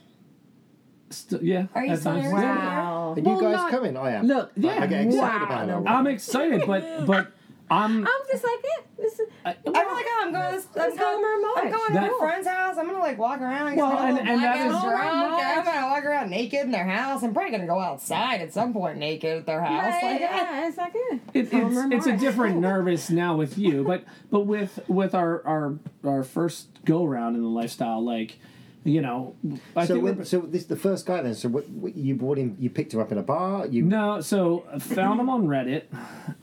Speaker 6: Still- yeah
Speaker 5: Are you
Speaker 6: at
Speaker 5: still
Speaker 6: times.
Speaker 5: nervous?
Speaker 6: Yeah.
Speaker 3: Wow.
Speaker 2: Are you
Speaker 6: Well,
Speaker 2: guys
Speaker 6: not-
Speaker 2: coming? I am.
Speaker 3: Look,
Speaker 2: I- I get excited
Speaker 3: wow.
Speaker 2: about it.
Speaker 6: i'm excited but but i'm
Speaker 3: I'm just like, eh, this is.
Speaker 6: I-
Speaker 5: I'm like, oh, I'm going. To, I'm
Speaker 3: Let's go
Speaker 5: going.
Speaker 3: over
Speaker 5: I'm
Speaker 3: March.
Speaker 5: going to
Speaker 6: That-
Speaker 5: my friend's house. I'm gonna like walk around. and
Speaker 6: Well,
Speaker 5: get a
Speaker 6: and-
Speaker 5: little
Speaker 6: and that
Speaker 5: blackout
Speaker 6: is-
Speaker 5: drunk,
Speaker 3: Over
Speaker 5: and I'm
Speaker 3: March.
Speaker 5: gonna walk around naked in their house. I'm probably gonna go outside at some point naked at their house.
Speaker 3: Like,
Speaker 5: Like, I-
Speaker 3: yeah, it's like, eh.
Speaker 6: It, it's,
Speaker 3: Homer
Speaker 6: it's a
Speaker 3: Marsh.
Speaker 6: different nervous now with you, but but with with our our our first go round in the lifestyle, like you know, I
Speaker 2: so,
Speaker 6: think
Speaker 2: when,
Speaker 6: we're-
Speaker 2: so this the first guy then. So what, what, you brought him? You picked him up in a bar. You
Speaker 6: no. So I found him on Reddit,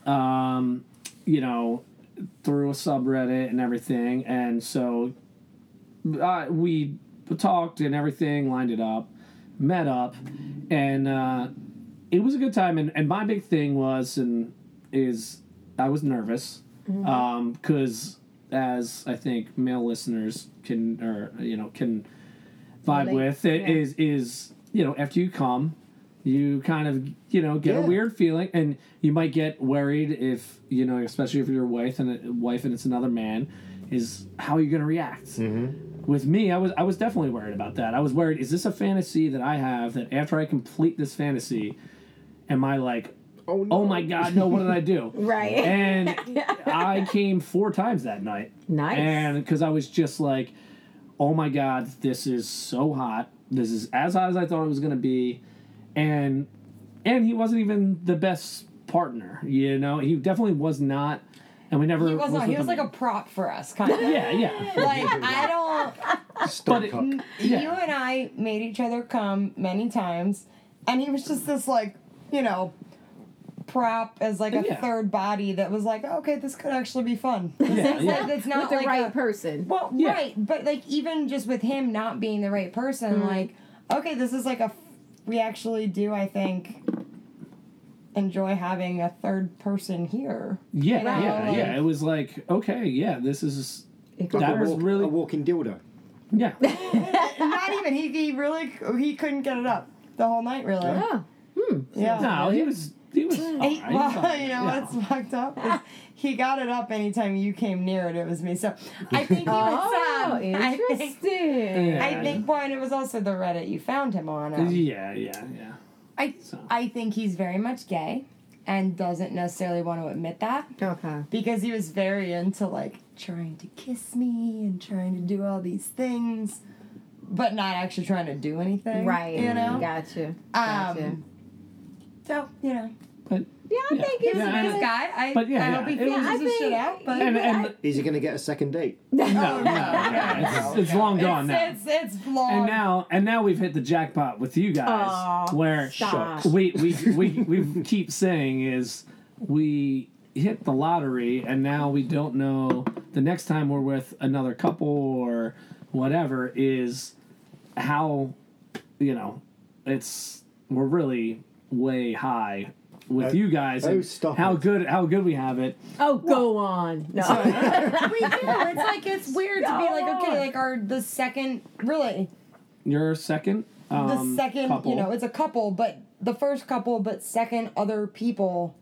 Speaker 6: um, you know, through a subreddit and everything, and so uh, we talked and everything, lined it up, met up, and uh, it was a good time. And, and my big thing was and is I was nervous
Speaker 3: Mm-hmm.
Speaker 6: because as I think male listeners can or you know can vibe
Speaker 3: Relate,
Speaker 6: with it
Speaker 3: yeah.
Speaker 6: is is you know after you come you kind of you know get a
Speaker 2: Yeah.
Speaker 6: weird feeling and you might get worried if you know especially if your wife and wife and it's another man is how are you going to react with me i was i was definitely worried about that i was worried is this a fantasy that i have that after i complete this fantasy am i like
Speaker 2: oh, no.
Speaker 6: oh my god no what did i do
Speaker 3: Right.
Speaker 6: and i came four times that night
Speaker 3: Nice.
Speaker 6: and because i was just like oh my god this is so hot this is as hot as i thought it was going to be and and he wasn't even the best partner you know he definitely was not and we never
Speaker 5: he was not. He
Speaker 6: with
Speaker 5: was like
Speaker 6: him.
Speaker 5: a prop for us, kind of.
Speaker 6: yeah yeah
Speaker 5: Like I don't.
Speaker 2: Stone
Speaker 6: it-
Speaker 2: cock.
Speaker 6: Yeah.
Speaker 5: You and I made each other come many times, and he was just this like, you know, prop as like a
Speaker 6: Yeah.
Speaker 5: third body that was like, okay, this could actually be fun.
Speaker 6: yeah, yeah.
Speaker 5: It's not
Speaker 3: With the
Speaker 5: like
Speaker 3: right
Speaker 5: a-
Speaker 3: person.
Speaker 5: Well,
Speaker 6: Yeah.
Speaker 5: right, but like even just with him not being the right person,
Speaker 3: Mm-hmm.
Speaker 5: like okay, this is like a f- we actually do I think enjoy having a third person here.
Speaker 6: Yeah,
Speaker 5: Right.
Speaker 6: yeah,
Speaker 5: Like-
Speaker 6: yeah. It was like, okay, yeah, this is
Speaker 3: It could
Speaker 6: that
Speaker 2: A
Speaker 6: was
Speaker 2: walk-
Speaker 6: really
Speaker 2: a walking dildo.
Speaker 6: yeah.
Speaker 5: And not even he he really he couldn't get it up the whole night really.
Speaker 3: Oh,
Speaker 5: Yeah.
Speaker 6: No, he was he was. all
Speaker 5: He-
Speaker 6: right,
Speaker 5: well,
Speaker 6: fine,
Speaker 5: you know what's fucked up? is He got it up anytime you came near it. It was me. So I think he was
Speaker 3: oh
Speaker 5: sad. I
Speaker 3: interesting.
Speaker 5: think, I think one. It was also the Reddit you found him on. um,
Speaker 6: Yeah, yeah, yeah.
Speaker 5: I I think he's very much gay and doesn't necessarily want to admit that
Speaker 3: Okay.
Speaker 5: because he was very into like trying to kiss me and trying to do all these things but not actually trying to do anything.
Speaker 3: Right.
Speaker 5: You know?
Speaker 3: Gotcha. Gotcha.
Speaker 5: Um, So, you know.
Speaker 6: But
Speaker 3: yeah, I
Speaker 6: yeah.
Speaker 3: think
Speaker 5: He's
Speaker 3: it's
Speaker 5: a
Speaker 6: Yeah,
Speaker 5: nice
Speaker 6: I-
Speaker 5: guy. I,
Speaker 6: but yeah,
Speaker 5: I hope he
Speaker 6: yeah, it
Speaker 5: figures
Speaker 6: was-
Speaker 5: his shit out. But
Speaker 6: and and
Speaker 2: Is he going to get a second date?
Speaker 6: no, no, yeah, it's, it's long gone now.
Speaker 5: it's, it's it's long.
Speaker 6: and now, and now we've hit the jackpot with you guys,
Speaker 3: Aw,
Speaker 6: where
Speaker 3: stop.
Speaker 6: we we we we keep saying is we hit the lottery, and now we don't know the next time we're with another couple or whatever is how you know it's we're really way high with
Speaker 2: Oh,
Speaker 6: you guys
Speaker 2: oh,
Speaker 6: and
Speaker 2: stop
Speaker 6: how
Speaker 2: it.
Speaker 6: good how good we have it.
Speaker 3: Oh, go on. No.
Speaker 5: we do. It's like it's weird to be like okay, like our the second really
Speaker 6: Your second,
Speaker 5: the
Speaker 6: um,
Speaker 5: second
Speaker 6: couple.
Speaker 5: you know it's a couple, but the first couple, but second other people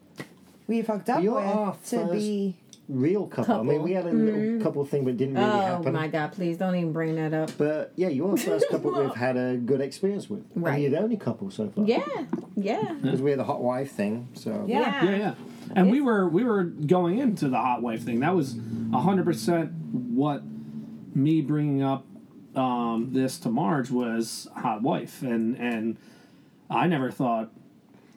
Speaker 5: we hooked up
Speaker 2: You're our
Speaker 5: with to
Speaker 2: first-
Speaker 5: be
Speaker 2: Real couple. I mean, we had a little couple thing, but it didn't really
Speaker 3: Mm-hmm. oh
Speaker 2: happen.
Speaker 3: my God! Please don't even bring that up.
Speaker 2: But yeah, you're the first couple we've had a good experience with.
Speaker 3: Right.
Speaker 2: And you're the only couple so far.
Speaker 3: Yeah. Yeah.
Speaker 2: Because we had the hot wife thing. So
Speaker 5: yeah.
Speaker 6: yeah, yeah. And we were we were going into the hot wife thing. That was hundred percent what me bringing up um, this to Marge was hot wife, and and I never thought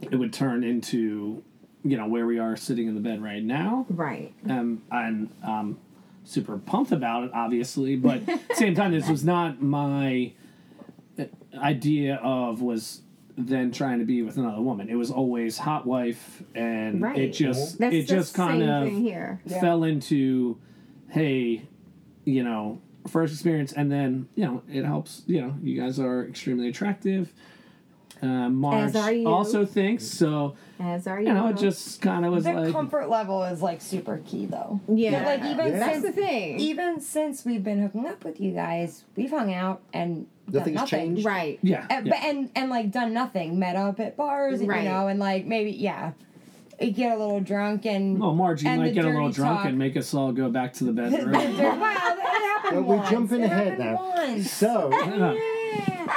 Speaker 6: it would turn into you know where we are sitting in the bed right now.
Speaker 3: Right.
Speaker 6: Um, and um, super pumped about it, obviously, but at the same time, this was not my uh, idea of was then trying to be with another woman. It was always hot wife, and it
Speaker 3: Right.
Speaker 6: just
Speaker 3: That's
Speaker 6: it
Speaker 3: the
Speaker 6: just
Speaker 3: same
Speaker 6: kind of
Speaker 3: thing here.
Speaker 6: fell into hey you know first experience and then you know it helps you know you guys are extremely attractive uh, Marge
Speaker 3: As are you. Uh-huh.
Speaker 6: also thinks so
Speaker 3: As are you.
Speaker 6: you know it just kind of was
Speaker 5: The
Speaker 6: like
Speaker 5: comfort level is like super key though.
Speaker 3: Yeah.
Speaker 5: Like even e-
Speaker 2: Yeah.
Speaker 3: That's the
Speaker 5: since
Speaker 3: thing.
Speaker 5: even since we've been hooking up with you guys, we've hung out and done
Speaker 2: Nothing's
Speaker 5: nothing.
Speaker 2: changed.
Speaker 3: Right.
Speaker 6: yeah,
Speaker 5: Uh,
Speaker 6: yeah.
Speaker 5: But and and like done nothing, met up at bars,
Speaker 3: Right.
Speaker 5: you know, and like maybe yeah, you get a little drunk and
Speaker 6: oh Marge you
Speaker 5: and
Speaker 6: might
Speaker 5: the
Speaker 6: get a little
Speaker 5: dirty
Speaker 6: drunk
Speaker 5: talk.
Speaker 6: and make us all go back to the bedroom
Speaker 5: wow, that
Speaker 2: But
Speaker 5: happened.
Speaker 2: we're
Speaker 5: once.
Speaker 2: jumping
Speaker 5: It
Speaker 2: ahead
Speaker 5: happened
Speaker 2: now.
Speaker 5: once.
Speaker 2: So,
Speaker 6: Yeah.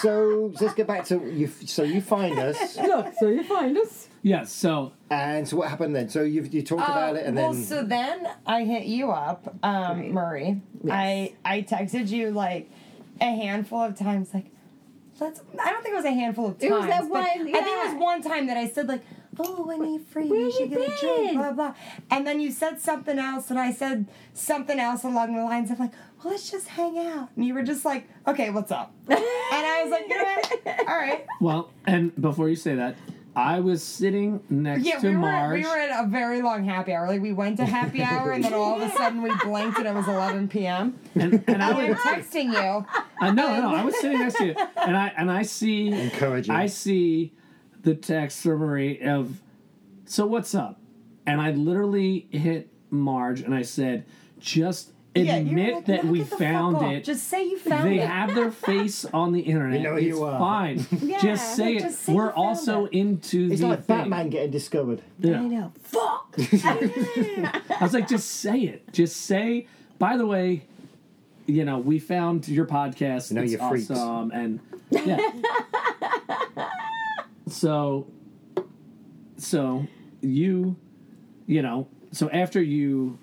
Speaker 2: so let's get back to you. So you find us,
Speaker 3: Look, so you find us.
Speaker 6: yeah so
Speaker 2: and so what happened then? So you you talked
Speaker 5: Uh,
Speaker 3: Oh,
Speaker 2: about it, and
Speaker 5: well,
Speaker 2: then
Speaker 5: so then I hit you up, um, Murray. I I texted you like a handful of times, like let's. I don't think it was a handful of times.
Speaker 3: It was that
Speaker 5: but
Speaker 3: one-
Speaker 5: I think it
Speaker 3: yeah.
Speaker 5: was one time that I said like, "Oh, when are you free?
Speaker 3: Where
Speaker 5: we should
Speaker 3: you
Speaker 5: get a drink."
Speaker 3: been?
Speaker 5: Blah blah. And then you said something else, and I said something else along the lines of like, "Well, let's just hang out." And you were just like, "Okay, what's up?" and I was like, "Yeah, "All right."
Speaker 6: well and before you say that I was sitting next
Speaker 5: Yeah,
Speaker 6: to
Speaker 5: we were,
Speaker 6: Marge
Speaker 5: we were at a very long happy hour. Like we went to happy hour, and then all of a sudden we blinked, and it was 11 p.m.
Speaker 6: and, and I
Speaker 5: And we were
Speaker 6: was
Speaker 5: texting you.
Speaker 6: I no, no, I was sitting next to you, and I and I see
Speaker 2: Encouraging.
Speaker 6: I see the text from Marie of, so what's up? And I literally hit Marge and I said, just
Speaker 5: Yeah, you were
Speaker 6: admit
Speaker 5: like,
Speaker 6: that
Speaker 5: "Knock
Speaker 6: we
Speaker 5: the fuck
Speaker 6: found
Speaker 5: off.
Speaker 6: it.
Speaker 5: Just say you found
Speaker 6: they
Speaker 5: it.
Speaker 6: have their face on the internet.
Speaker 2: know
Speaker 6: it's
Speaker 2: you are.
Speaker 6: fine. just say
Speaker 5: yeah,
Speaker 6: it.
Speaker 5: just say you
Speaker 6: We're
Speaker 5: found
Speaker 6: also
Speaker 5: it.
Speaker 6: into
Speaker 2: it's
Speaker 6: the
Speaker 2: like
Speaker 6: thing.
Speaker 2: Batman getting discovered.
Speaker 6: Yeah.
Speaker 5: I know.
Speaker 3: Fuck.
Speaker 6: I was like, just say it. Just say. By the way, you know, we found your podcast.
Speaker 2: You know,
Speaker 6: it's
Speaker 2: you freaks.
Speaker 6: awesome, and yeah. so, so you, you know, so after you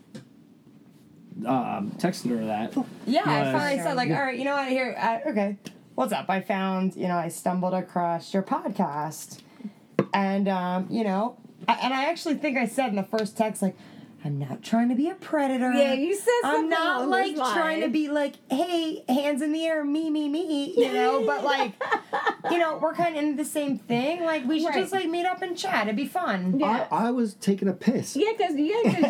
Speaker 6: um, texted her that,
Speaker 5: Yeah, I
Speaker 6: Yes.
Speaker 5: finally said like, all right, you know what? Here, I, okay, what's up? I found, you know, I stumbled across your podcast, and um, you know, I, and I actually think I said in the first text like. I'm not trying to be a predator.
Speaker 3: Yeah, you said
Speaker 5: I'm
Speaker 3: something
Speaker 5: not
Speaker 3: along
Speaker 5: like
Speaker 3: those
Speaker 5: trying to
Speaker 3: lines.
Speaker 5: be like, hey, hands in the air, me, me, me, you know. But like, you know, we're kind of into the same thing. Like, we should
Speaker 3: Right.
Speaker 5: just like meet up and chat. It'd be fun.
Speaker 3: Yeah.
Speaker 2: I, I was taking a piss.
Speaker 3: Yeah, because
Speaker 2: and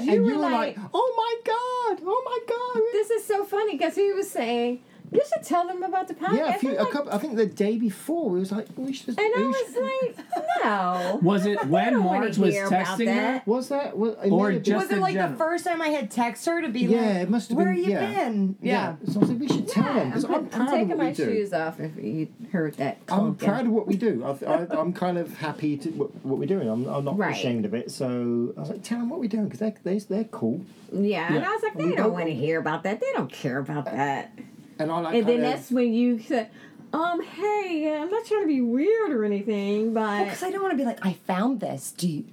Speaker 3: you, were like,
Speaker 2: oh my god, oh my god.
Speaker 3: this is so funny because he was saying, you should tell them about the podcast.
Speaker 2: Yeah, a, few,
Speaker 3: I'm
Speaker 2: a
Speaker 3: like-
Speaker 2: couple. I think the day before we was like, we should.
Speaker 3: And I
Speaker 2: we should-
Speaker 3: was like, no.
Speaker 6: was it when
Speaker 3: don't wanna
Speaker 6: Marge was
Speaker 3: hear about
Speaker 6: texting her?
Speaker 3: that.
Speaker 2: was that was,
Speaker 6: Or
Speaker 5: Was
Speaker 6: just-
Speaker 5: it
Speaker 6: in
Speaker 5: like the
Speaker 6: general.
Speaker 5: first time I had text her to be
Speaker 2: Yeah,
Speaker 5: like,
Speaker 2: it must have
Speaker 5: where
Speaker 2: been-
Speaker 5: you
Speaker 2: yeah.
Speaker 5: been?
Speaker 2: yeah? So I was like, we should tell them
Speaker 3: I'm,
Speaker 2: because I'm
Speaker 3: put- I'm
Speaker 2: proud of
Speaker 3: taking
Speaker 2: what
Speaker 3: my
Speaker 2: we do.
Speaker 3: shoes off if you heard that.
Speaker 2: I'm
Speaker 3: clunking.
Speaker 2: proud of what we do. I, I, I'm kind of happy to what, what we're doing. I'm, I'm not
Speaker 3: Right.
Speaker 2: ashamed of it. So I was like, tell them what we're doing because they're, they're, they're cool.
Speaker 3: Yeah, and
Speaker 6: Yeah.
Speaker 3: I was like, they don't want to hear about that. They don't care about that.
Speaker 2: And I like.
Speaker 3: And then
Speaker 2: kinda-
Speaker 3: that's when you said, um, hey, I'm not trying to be weird or anything, but.
Speaker 5: Because Oh, I don't want to be like, I found this. Do you?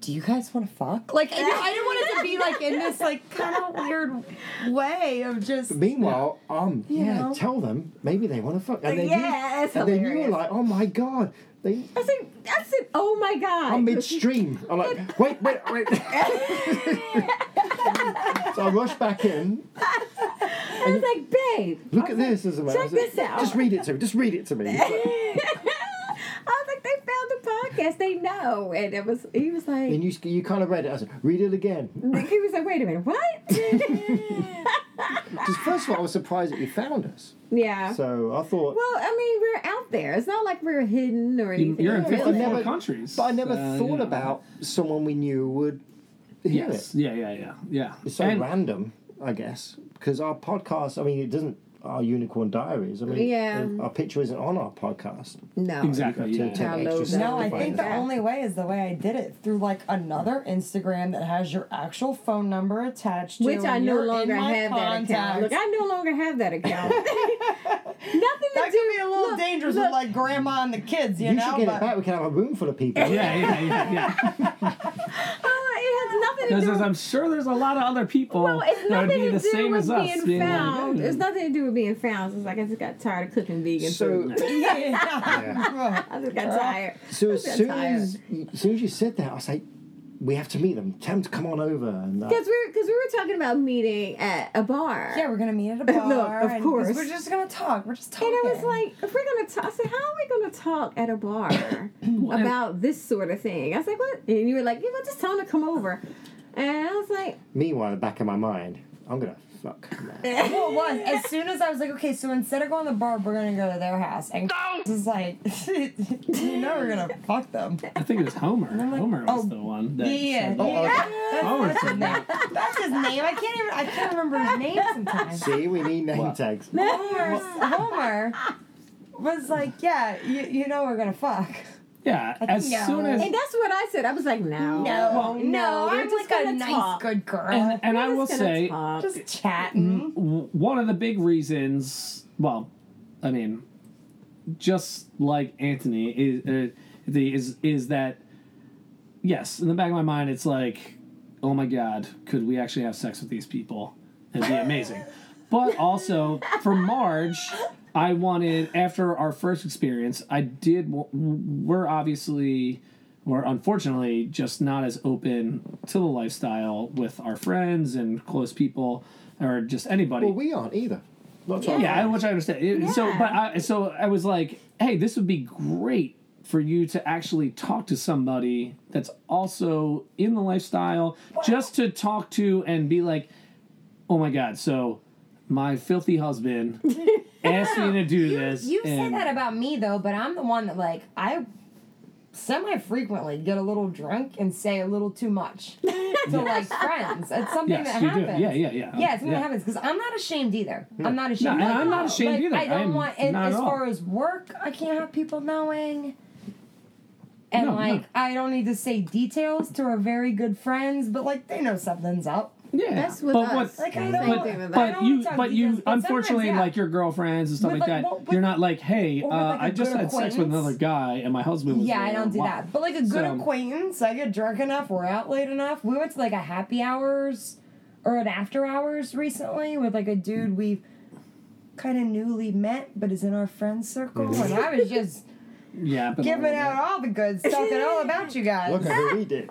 Speaker 5: Do you guys want to fuck? Like, I, don't- I don't want it to be like in this like kind of weird way of just.
Speaker 2: Meanwhile, um, yeah,
Speaker 5: know.
Speaker 2: tell them maybe they want to fuck. And then
Speaker 3: Yeah,
Speaker 2: you,
Speaker 3: that's
Speaker 2: and then you were
Speaker 3: hilarious.
Speaker 2: like, oh my god, they.
Speaker 3: I said, I said, oh my god.
Speaker 2: I'm midstream. I'm like, wait, wait, wait. so I rush back in.
Speaker 3: I was like, babe.
Speaker 2: Look at this as a man. I was
Speaker 3: check
Speaker 2: like,
Speaker 3: this out.
Speaker 2: Just read it to me. Just read it to me. He's like-
Speaker 3: I was like, they found the podcast. They know. And it was, he was like,
Speaker 2: and you you kind of read it. I said, read it again.
Speaker 3: he was like, wait a minute, what?
Speaker 2: Because first of all, I was surprised that you found us.
Speaker 3: yeah.
Speaker 2: So I thought.
Speaker 3: well, I mean, we're out there. It's not like we're hidden or anything.
Speaker 6: You're in
Speaker 2: but I
Speaker 6: 54
Speaker 2: never-
Speaker 6: countries.
Speaker 2: but I never
Speaker 6: so,
Speaker 2: thought
Speaker 6: you know.
Speaker 2: about someone we knew would hear
Speaker 6: Yes.
Speaker 2: it.
Speaker 6: Yeah. Yeah. Yeah. Yeah.
Speaker 2: It's so
Speaker 6: And-
Speaker 2: random, I guess, because our podcast. I mean, it doesn't. Our unicorn diaries. I mean, uh,
Speaker 3: Yeah.
Speaker 2: our picture isn't on our podcast.
Speaker 3: No.
Speaker 6: Exactly.
Speaker 2: to
Speaker 6: Yeah.
Speaker 2: take
Speaker 3: Download
Speaker 2: extra
Speaker 3: that.
Speaker 5: No, I
Speaker 2: to find
Speaker 5: think the
Speaker 2: it.
Speaker 5: only way is the way I did it through like another Instagram that has your actual phone number attached to
Speaker 3: Which I
Speaker 5: and
Speaker 3: no
Speaker 5: you're in
Speaker 3: longer
Speaker 5: my
Speaker 3: have that account.
Speaker 5: contacts.
Speaker 3: Look, I no longer have that account. Nothing to
Speaker 5: that
Speaker 3: do.
Speaker 5: could be a little
Speaker 3: look,
Speaker 5: dangerous with like grandma and the kids, you,
Speaker 2: You
Speaker 5: know.
Speaker 2: should get
Speaker 5: but
Speaker 2: it back. We can have a room full of people.
Speaker 6: Yeah, yeah, yeah, yeah.
Speaker 3: Oh, it has nothing to
Speaker 6: Because
Speaker 3: do.
Speaker 6: there's- I'm sure there's a lot of other people
Speaker 3: Well, it's
Speaker 6: that would
Speaker 3: nothing
Speaker 6: be
Speaker 3: to
Speaker 6: the
Speaker 3: do
Speaker 6: same
Speaker 3: with
Speaker 6: as us.
Speaker 3: being
Speaker 6: being like,
Speaker 3: found.
Speaker 6: "Yeah."
Speaker 3: it's nothing to do with being found. It's like I just got tired of cooking vegan food.
Speaker 2: So,
Speaker 5: yeah.
Speaker 3: I just got tired.
Speaker 2: so as
Speaker 3: I'm
Speaker 2: soon
Speaker 3: tired.
Speaker 2: as, as soon as you said that, I was like, we have to meet them. Tell them to come on over. And uh, that.
Speaker 3: Because we because we were talking about meeting at a bar.
Speaker 5: Yeah, we're gonna meet at a bar.
Speaker 3: of
Speaker 5: and- 'cause
Speaker 3: course.
Speaker 5: We're just gonna talk. We're just talking.
Speaker 3: And I was like, if we're gonna talk, I said, how are we gonna talk at a bar
Speaker 6: and-
Speaker 3: about this sort of thing? I was like, what? And you were like, you know, just tell them to come over. And I was like,
Speaker 2: Meanwhile, in the back of my mind, I'm gonna fuck. That.
Speaker 5: well, it was as soon as I was like, okay, so instead of going to the bar, we're gonna go to their house. And was like, you know, we're gonna fuck them.
Speaker 6: I think it was Homer. Homer was
Speaker 5: oh,
Speaker 6: the one. That
Speaker 5: Yeah,
Speaker 6: said-
Speaker 5: yeah.
Speaker 6: Homer said that.
Speaker 5: Oh, That's his name. I can't even. I can't remember his name sometimes.
Speaker 2: See, we need name tags.
Speaker 5: Homer. Homer was like, yeah, you, you know we're gonna fuck.
Speaker 6: Yeah, as
Speaker 5: no.
Speaker 6: soon as
Speaker 3: and that's what I said. I was like, no,
Speaker 5: No,
Speaker 3: no, we're
Speaker 5: I'm
Speaker 3: just
Speaker 5: like a
Speaker 3: gonna
Speaker 5: nice,
Speaker 3: talk.
Speaker 5: good girl.
Speaker 6: and, and I
Speaker 3: We're
Speaker 6: will
Speaker 3: just gonna
Speaker 6: say
Speaker 3: talk.
Speaker 5: just chatting.
Speaker 6: w- one of the big reasons. Well, I mean, just like Anthony is uh, the is is that yes, in the back of my mind, it's like, oh my god, could we actually have sex with these people? It'd be amazing. but also for Marge, I wanted after our first experience, I did. w- We're obviously. We're unfortunately just not as open to the lifestyle with our friends and close people, or just anybody.
Speaker 2: Well, we aren't either. Not
Speaker 3: Yeah.
Speaker 2: yeah.
Speaker 6: Yeah, I- which I understand. It- So,
Speaker 3: Yeah.
Speaker 6: but I, so I was like, hey, this would be great for you to actually talk to somebody that's also in the lifestyle, just to talk to and be like, oh my god, so my filthy husband asked me to do this.
Speaker 5: You said
Speaker 6: and-
Speaker 5: that about me though, but I'm the one that like I semi frequently get a little drunk and say a little too much to like friends. It's something
Speaker 6: Yes,
Speaker 5: that
Speaker 6: you do.
Speaker 5: happens.
Speaker 6: Yeah,
Speaker 5: Yeah,
Speaker 6: yeah, yeah.
Speaker 5: it's something
Speaker 6: Yeah.
Speaker 5: that happens because I'm not ashamed either. I'm not ashamed.
Speaker 6: No, and
Speaker 5: Like,
Speaker 6: I'm not ashamed
Speaker 5: like,
Speaker 6: either.
Speaker 5: I
Speaker 6: I
Speaker 5: don't
Speaker 6: am
Speaker 5: want and
Speaker 6: not at
Speaker 5: as
Speaker 6: all.
Speaker 5: far as work. I can't have people knowing. And
Speaker 6: No, no.
Speaker 5: like I don't need to say details to our very good friends, but like they know something's up.
Speaker 6: Yeah,
Speaker 3: That's with
Speaker 6: but
Speaker 3: us.
Speaker 6: what?
Speaker 5: Like
Speaker 3: Same
Speaker 5: I don't.
Speaker 3: thing with
Speaker 6: But,
Speaker 3: that.
Speaker 5: I
Speaker 6: but
Speaker 5: don't
Speaker 6: you,
Speaker 5: wanna talk
Speaker 6: but you,
Speaker 5: details, but sometimes,
Speaker 6: unfortunately,
Speaker 5: yeah.
Speaker 6: like your girlfriends and stuff
Speaker 5: With,
Speaker 6: like
Speaker 5: like,
Speaker 6: that,
Speaker 5: what- with-
Speaker 6: you're not like, hey, uh,
Speaker 5: with, like, a
Speaker 6: I just
Speaker 5: good
Speaker 6: had sex with another
Speaker 5: acquaintance.
Speaker 6: guy and my husband was.
Speaker 5: Yeah, I
Speaker 6: there.
Speaker 5: don't do
Speaker 6: Why?
Speaker 5: that. But like a good
Speaker 6: So-
Speaker 5: acquaintance, I get drunk enough, we're out late enough. We went to like a happy hours or an after hours recently with like a
Speaker 6: Mm-hmm.
Speaker 5: dude we kind of newly met, but is in our friend circle. And
Speaker 6: Mm-hmm.
Speaker 5: I was just
Speaker 6: Yeah, but
Speaker 5: giving out all the good stuff and all about you guys.
Speaker 2: Look at who we did.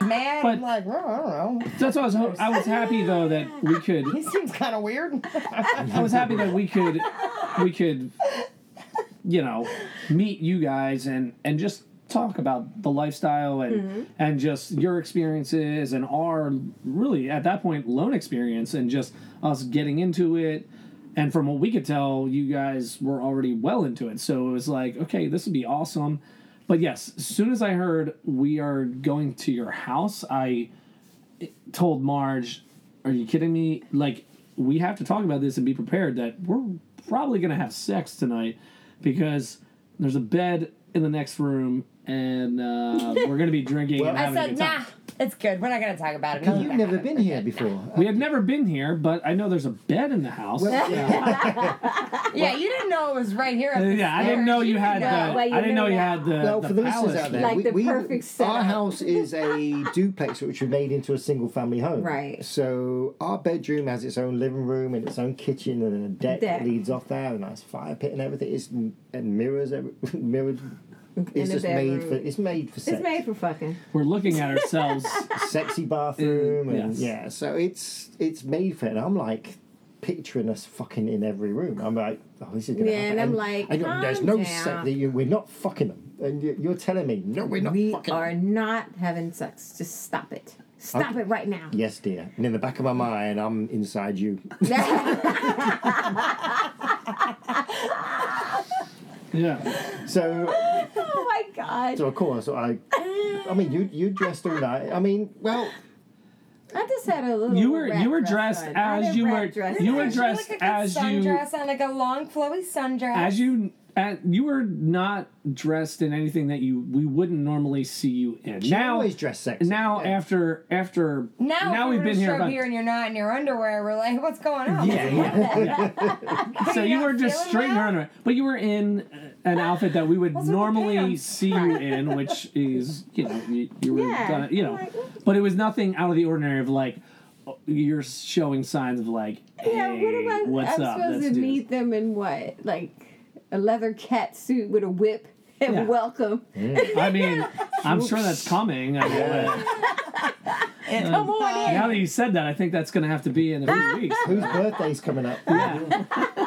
Speaker 5: Mad
Speaker 6: But-
Speaker 5: and like, well, I don't know.
Speaker 6: That's what I was. ho- I was happy though that we could.
Speaker 5: He seems kind of weird.
Speaker 6: I was happy that we could, we could, you know, meet you guys and and just talk about the lifestyle and
Speaker 5: Mm-hmm.
Speaker 6: and just your experiences and our really at that point loan experience and just us getting into it. And from what we could tell, you guys were already well into it. So it was like, okay, this would be awesome. But yes, as soon as I heard we are going to your house, I told Marge, "Are you kidding me? Like, we have to talk about this and be prepared that we're probably gonna have sex tonight because there's a bed in the next room and uh, we're gonna be drinking." and
Speaker 5: I
Speaker 6: having a
Speaker 5: said,
Speaker 6: good time.
Speaker 5: nah, it's good. We're not going to talk about it.
Speaker 2: You've never been here before.
Speaker 6: We had never been here, but I know there's a bed in the house.
Speaker 2: Well, yeah.
Speaker 5: Yeah, you didn't know it was right here. up the
Speaker 6: yeah, I didn't
Speaker 5: stairs.
Speaker 6: know you
Speaker 5: didn't
Speaker 6: had the.
Speaker 5: know.
Speaker 3: Well, you
Speaker 6: I didn't know
Speaker 3: know
Speaker 6: you
Speaker 3: now.
Speaker 6: had the.
Speaker 2: Well,
Speaker 6: the
Speaker 2: for the listeners
Speaker 6: palace.
Speaker 2: out there,
Speaker 3: Like
Speaker 2: we,
Speaker 3: the
Speaker 2: we-
Speaker 3: perfect
Speaker 2: our
Speaker 3: setup.
Speaker 2: house is a duplex which we made into a single family home.
Speaker 3: Right.
Speaker 2: So our bedroom has its own living room and its own kitchen and then a deck,
Speaker 3: Deck.
Speaker 2: that leads off there, a nice fire pit and everything. It's and mirrors, every, mirrored. It's
Speaker 3: a
Speaker 2: just made
Speaker 3: bedroom.
Speaker 2: for. It's made for sex.
Speaker 3: it's made for fucking.
Speaker 6: We're looking at ourselves.
Speaker 2: sexy bathroom and
Speaker 6: Mm, Yes.
Speaker 2: yeah. So it's it's made for it. And I'm like picturing us fucking in every room. I'm like, oh, this is gonna
Speaker 3: Yeah,
Speaker 2: happen.
Speaker 3: and I'm like,
Speaker 2: I don't- there's
Speaker 3: calm
Speaker 2: no
Speaker 3: down.
Speaker 2: sex. you- We're not fucking them. And you- you're telling me, no, we're not
Speaker 3: We
Speaker 2: fucking.
Speaker 3: are not having sex. Just stop it. Stop
Speaker 2: Okay.
Speaker 3: it right now.
Speaker 2: Yes, dear. And in the back of my mind, I'm inside you.
Speaker 6: yeah,
Speaker 2: So,
Speaker 3: oh my god.
Speaker 2: so of course, I. I mean, you you dressed all night. I mean, well,
Speaker 3: I just had a little.
Speaker 6: you were
Speaker 3: rat
Speaker 6: you were
Speaker 3: dress
Speaker 6: dressed
Speaker 3: on. I had
Speaker 6: as
Speaker 3: a
Speaker 6: you
Speaker 3: rat
Speaker 6: were
Speaker 3: dress
Speaker 6: you were
Speaker 3: on.
Speaker 6: dressed
Speaker 5: like a good
Speaker 6: as you
Speaker 5: sundress on like a long flowy sundress.
Speaker 6: as you as, you were not dressed in anything that you we wouldn't normally see you in.
Speaker 2: she
Speaker 6: now
Speaker 2: always dressed sexy.
Speaker 6: now
Speaker 2: Yeah.
Speaker 6: after after
Speaker 5: now,
Speaker 6: now we've been here
Speaker 5: up
Speaker 6: about
Speaker 5: here and you're not in your underwear. We're like, what's going on?
Speaker 6: yeah, yeah, yeah. so you
Speaker 5: not
Speaker 6: were just
Speaker 5: feeling
Speaker 6: straight in
Speaker 5: well?
Speaker 6: her underwear, but you were in uh, an outfit that we would
Speaker 5: with the
Speaker 6: normally
Speaker 5: pants?
Speaker 6: see you in, which is you know you, you were
Speaker 3: Yeah,
Speaker 6: done, you know, but it was nothing out of the ordinary of like you're showing signs of like
Speaker 3: Yeah,
Speaker 6: hey,
Speaker 3: what am I?
Speaker 6: what's
Speaker 3: I'm
Speaker 6: up
Speaker 3: supposed
Speaker 6: Let's
Speaker 3: to
Speaker 6: do this.
Speaker 3: meet them in what? Like a leather cat suit with a whip and welcome.
Speaker 6: I mean, I'm sure that's coming. I mean, uh, um, now that you said that, I think that's going to have to be in a few weeks.
Speaker 2: Whose birthday's coming up?
Speaker 6: Yeah.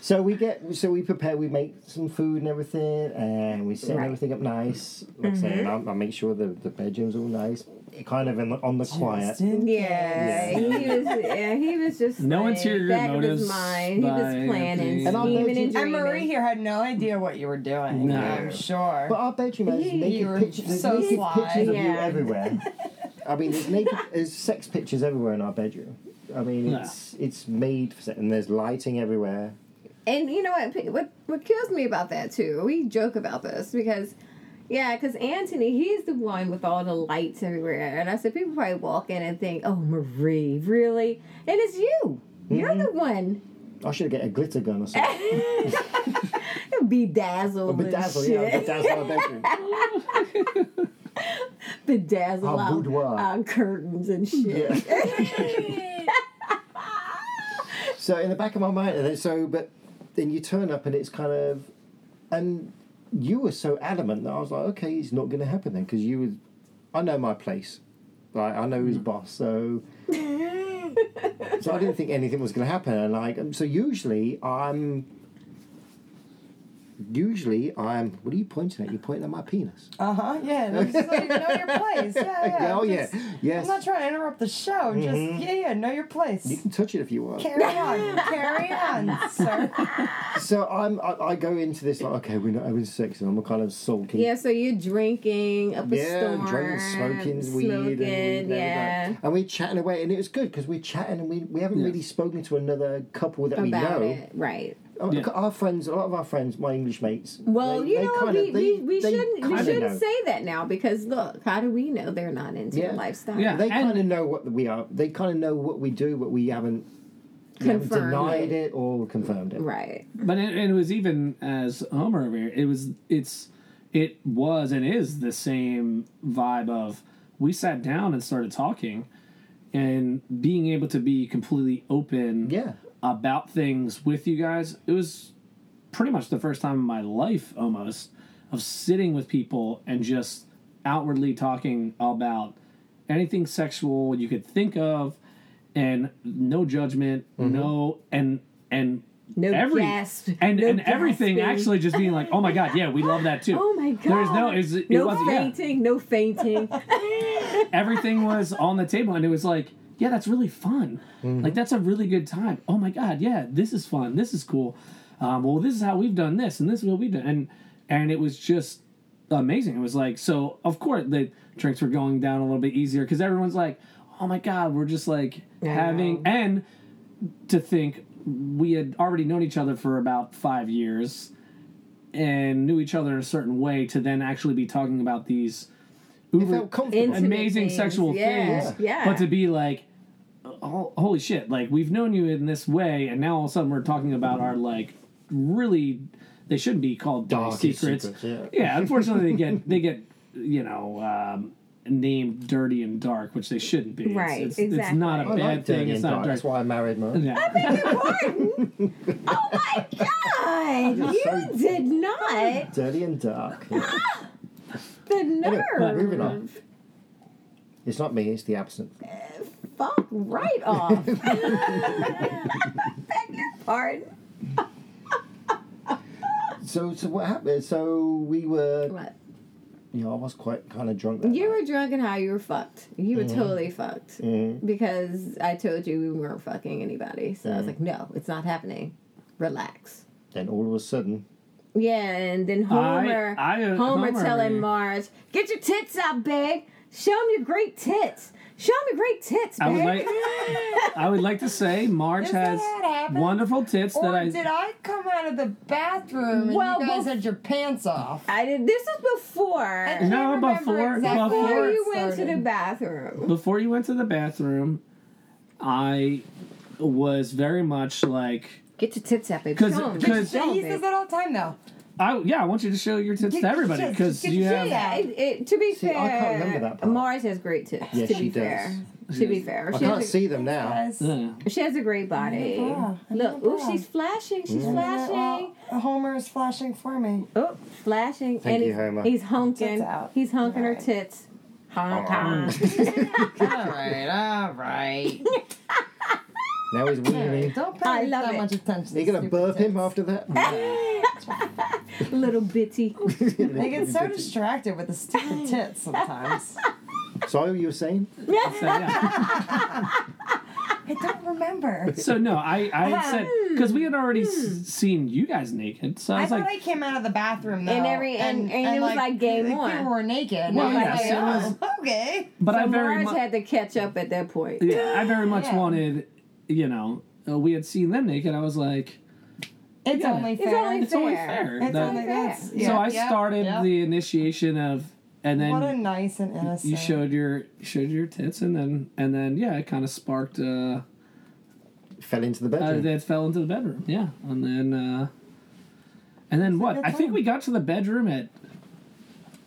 Speaker 2: So we get, so we prepare, we make some food and everything, and we set
Speaker 3: Right.
Speaker 2: everything up nice. Like I say, and I, I make sure the, the bedroom's all nice, kind of in the, on the quiet.
Speaker 5: Justin.
Speaker 3: Yeah, he was. Yeah, he was just
Speaker 6: No
Speaker 3: like,
Speaker 6: interior
Speaker 3: back of his
Speaker 6: motives
Speaker 3: mind. He was
Speaker 6: by
Speaker 3: planning,
Speaker 6: Anthony.
Speaker 2: And I'll
Speaker 3: scheming,
Speaker 2: bet
Speaker 3: and
Speaker 2: you-
Speaker 5: And
Speaker 3: dreaming.
Speaker 5: Marie here had no idea what you were doing.
Speaker 6: No.
Speaker 5: I'm sure.
Speaker 2: But our bedroom has
Speaker 5: You were
Speaker 2: naked pictures. There's
Speaker 5: so
Speaker 2: naked
Speaker 5: sly.
Speaker 2: pictures of you
Speaker 3: Yeah.
Speaker 2: everywhere. I mean, there's naked, there's sex pictures everywhere in our bedroom. I mean,
Speaker 6: Yeah.
Speaker 2: it's it's made for sex, and there's lighting everywhere.
Speaker 3: And you know what? pe- What what kills me about that too? We joke about this because, yeah, because Anthony, he's the one with all the lights everywhere, and I said people probably walk in and think, "Oh, Marie, really?" And it's you.
Speaker 6: Mm-hmm.
Speaker 3: You're the one.
Speaker 2: I should get a glitter gun or something.
Speaker 6: Oh,
Speaker 3: Bedazzled.
Speaker 2: bedazzle,
Speaker 3: and shit.
Speaker 2: yeah, bedazzle our bedroom.
Speaker 3: bedazzle
Speaker 2: Our
Speaker 3: our,
Speaker 2: boudoir.
Speaker 3: our curtains and shit.
Speaker 2: Yeah. so in the back of my mind, and then- so but then you turn up and it's kind of, and you were so adamant that I was like, okay, it's not going to happen then because you was, I know my place, like I know his boss, so. so I didn't think anything was going to happen, and like um, so usually I'm. Usually I'm. What are you pointing at? You're pointing at my penis.
Speaker 5: Uh huh. Yeah. That's just so you know your place. Yeah. yeah
Speaker 2: oh yeah,
Speaker 5: just-
Speaker 2: yes.
Speaker 5: I'm not trying to interrupt the show. Just yeah, yeah. Know your
Speaker 2: you
Speaker 5: place.
Speaker 2: can touch it if you want.
Speaker 5: Carry on. Carry on, sir.
Speaker 2: So I'm, I, I go into this like, okay, we're not having sex, and I'm kind of sulking.
Speaker 3: Yeah, so you're drinking up a
Speaker 2: Yeah,
Speaker 3: storm,
Speaker 2: drinking, smoking, weed, and
Speaker 3: smoking,
Speaker 2: there we go.
Speaker 3: yeah.
Speaker 2: and we're chatting away, and it was good because we're chatting, and we, we haven't really spoken to another couple that we
Speaker 3: About
Speaker 2: know.
Speaker 3: it, right?
Speaker 2: Uh,
Speaker 6: Yeah.
Speaker 2: Our friends, a lot of our friends, my English mates.
Speaker 3: Well,
Speaker 2: they-
Speaker 3: you
Speaker 2: they
Speaker 3: know what?
Speaker 2: kinda-
Speaker 3: We,
Speaker 2: they-
Speaker 3: we, we
Speaker 2: they
Speaker 3: shouldn't we
Speaker 2: kinda
Speaker 3: shouldn't
Speaker 2: know.
Speaker 3: say that now because look, how do we know they're not into your
Speaker 2: Yeah.
Speaker 3: lifestyle?
Speaker 6: Yeah.
Speaker 2: They
Speaker 6: And-
Speaker 2: kind of know what we are. They kind of know what we do, but we haven't, we haven't
Speaker 3: Confirmed
Speaker 2: denied
Speaker 3: it.
Speaker 2: it or confirmed it.
Speaker 3: Right.
Speaker 6: But it, it was even as Homer over here. It was it's it was and is the same vibe of we sat down and started talking, and being able to be completely open
Speaker 2: Yeah.
Speaker 6: about things with you guys. It was pretty much the first time in my life almost of sitting with people and just outwardly talking about anything sexual you could think of and no judgment no and and
Speaker 3: No
Speaker 6: every
Speaker 3: gasp.
Speaker 6: and
Speaker 3: No
Speaker 6: and everything
Speaker 3: gasping.
Speaker 6: actually just being like oh my god yeah we love that too
Speaker 3: Oh my god.
Speaker 6: there's no it's, it
Speaker 3: no
Speaker 6: wasn't yeah.
Speaker 3: fainting, no fainting.
Speaker 6: everything was on the table and it was like yeah that's really fun like that's a really good time oh my god yeah this is fun this is cool um, well this is how we've done this and this is what we've done and and it was just amazing it was like so of course the drinks were going down a little bit easier because everyone's like oh my god we're just like having and to think we had already known each other for about five years and knew each other in a certain way to then actually be talking about these
Speaker 2: It
Speaker 6: uber
Speaker 2: felt comfortable.
Speaker 3: Intimate
Speaker 6: amazing
Speaker 3: things,
Speaker 6: sexual
Speaker 3: yeah,
Speaker 6: things.
Speaker 3: yeah.
Speaker 6: But to be like, oh, holy shit, like we've known you in this way, and now all of a sudden we're talking about our like really they shouldn't be called dark
Speaker 2: Darkest
Speaker 6: secrets.
Speaker 2: secrets,
Speaker 6: yeah. unfortunately they get they get you know um, named dirty and dark, which they shouldn't be. It's-
Speaker 3: Right,
Speaker 6: it's, It's
Speaker 3: exactly.
Speaker 6: not a
Speaker 2: I
Speaker 6: bad
Speaker 2: like
Speaker 6: thing.
Speaker 2: dirty
Speaker 6: It's
Speaker 2: and dark.
Speaker 6: not a
Speaker 2: That's
Speaker 6: dark.
Speaker 2: why I married Mom.
Speaker 6: Yeah.
Speaker 3: oh my god. You did not
Speaker 2: Dirty and dark.
Speaker 3: the
Speaker 2: Anyway,
Speaker 3: nerve.
Speaker 2: moving on. It's not me, it's the absinthe.
Speaker 3: Fuck right off. Beg your pardon.
Speaker 2: So, so what happened? So we were,
Speaker 3: What?
Speaker 2: you know, I was quite kind of drunk. That
Speaker 3: You
Speaker 2: night.
Speaker 3: were drunk and how you were fucked. You were
Speaker 6: Mm-hmm.
Speaker 3: totally fucked because I told you we weren't fucking anybody. So I
Speaker 6: Mm-hmm.
Speaker 3: was like, no, it's not happening. Relax.
Speaker 2: Then all of a sudden,
Speaker 3: Yeah, and then Homer,
Speaker 6: I- uh,
Speaker 3: Homer,
Speaker 6: Homer.
Speaker 3: telling Marge, get your tits out, babe. Show him your great tits. Show him your great tits, babe.
Speaker 6: I would like I would like to say Marge
Speaker 5: Is that
Speaker 6: has
Speaker 5: what happened?
Speaker 6: wonderful tits
Speaker 5: Or
Speaker 6: that I
Speaker 5: did I come out of the bathroom and
Speaker 3: Well,
Speaker 5: you guys
Speaker 3: bef-
Speaker 5: had your pants off?
Speaker 3: I did. This was before.
Speaker 5: And- I
Speaker 6: no
Speaker 5: remember
Speaker 6: before
Speaker 5: exactly
Speaker 3: Before
Speaker 5: where
Speaker 6: before
Speaker 3: you
Speaker 5: it
Speaker 3: went to the
Speaker 5: started.
Speaker 3: bathroom.
Speaker 6: before you went to the bathroom, I was very much like
Speaker 3: Get your tits out, babe.
Speaker 6: 'Cause-
Speaker 3: Show him.
Speaker 6: because-
Speaker 3: Show 'em,
Speaker 5: he
Speaker 3: babe.
Speaker 5: says that all the time though.
Speaker 6: I yeah, I want you to show your tits
Speaker 5: Get
Speaker 6: to
Speaker 5: your
Speaker 6: everybody
Speaker 5: tits,
Speaker 6: because
Speaker 5: get
Speaker 6: you
Speaker 5: your
Speaker 6: have.
Speaker 5: tits
Speaker 3: Yeah, it, it, to be
Speaker 2: See, I
Speaker 3: fair,
Speaker 2: can't remember that part.
Speaker 3: Mars has great tits.
Speaker 2: Yes,
Speaker 3: to be
Speaker 2: she does.
Speaker 3: fair, to be fair,
Speaker 2: I
Speaker 3: she
Speaker 2: can't
Speaker 3: has,
Speaker 2: see them now.
Speaker 5: Yes.
Speaker 6: Yeah.
Speaker 3: a, she has a great body.
Speaker 5: bra. I need a
Speaker 3: Look, ooh,
Speaker 5: bra.
Speaker 3: she's flashing. She's flashing.
Speaker 5: Well, Homer is flashing for me.
Speaker 3: Oh, flashing.
Speaker 2: Thank
Speaker 3: and
Speaker 2: you,
Speaker 3: he's,
Speaker 2: Homer.
Speaker 3: he's honking.
Speaker 5: Tits out.
Speaker 3: He's honking her
Speaker 5: Alright.
Speaker 3: tits.
Speaker 2: Mm.
Speaker 3: Honk, honk.
Speaker 5: all right, all right.
Speaker 2: Now he's weaving.
Speaker 5: Don't
Speaker 3: I
Speaker 5: pay
Speaker 3: love
Speaker 5: that
Speaker 3: it.
Speaker 5: much attention.
Speaker 2: Are you gonna
Speaker 5: stupid
Speaker 2: burp
Speaker 5: tits.
Speaker 2: him after that?
Speaker 3: Little bitty.
Speaker 5: They get so distracted with the stupid tits sometimes.
Speaker 2: Sorry, you were saying?
Speaker 6: So, yeah.
Speaker 5: I don't remember.
Speaker 6: so no, I I had said because we had already s- seen you guys naked, so I
Speaker 5: I
Speaker 6: was
Speaker 5: thought
Speaker 6: like,
Speaker 5: I came out of the bathroom though,
Speaker 3: And every- and- and it was like game
Speaker 5: people
Speaker 3: on.
Speaker 5: were naked.
Speaker 6: Well,
Speaker 5: and I was
Speaker 6: yeah,
Speaker 5: like,
Speaker 6: so it
Speaker 5: oh, okay.
Speaker 6: but I
Speaker 3: So
Speaker 6: very
Speaker 3: Mars
Speaker 6: much
Speaker 3: had to catch up at that point.
Speaker 6: yeah, I very much
Speaker 5: Yeah.
Speaker 6: wanted, you know, uh, we had seen them naked. I was like,
Speaker 5: It's
Speaker 6: Yeah.
Speaker 5: only
Speaker 6: It's
Speaker 5: fair.
Speaker 3: only
Speaker 6: it's only
Speaker 3: Fair.
Speaker 6: fair.
Speaker 5: It's
Speaker 6: that-
Speaker 5: only
Speaker 3: fair.
Speaker 5: that's-
Speaker 6: so
Speaker 5: yeah,
Speaker 6: I
Speaker 5: yep,
Speaker 6: started
Speaker 5: yep.
Speaker 6: the initiation of, and then
Speaker 5: What a nice and innocent.
Speaker 6: you showed your you showed your tits, and then and then yeah, it kind of sparked. uh
Speaker 2: Fell into the
Speaker 6: uh,
Speaker 2: bedroom.
Speaker 6: that fell into the bedroom. Yeah, and then uh, and then what?
Speaker 5: good
Speaker 6: I think
Speaker 5: time.
Speaker 6: we got to the bedroom at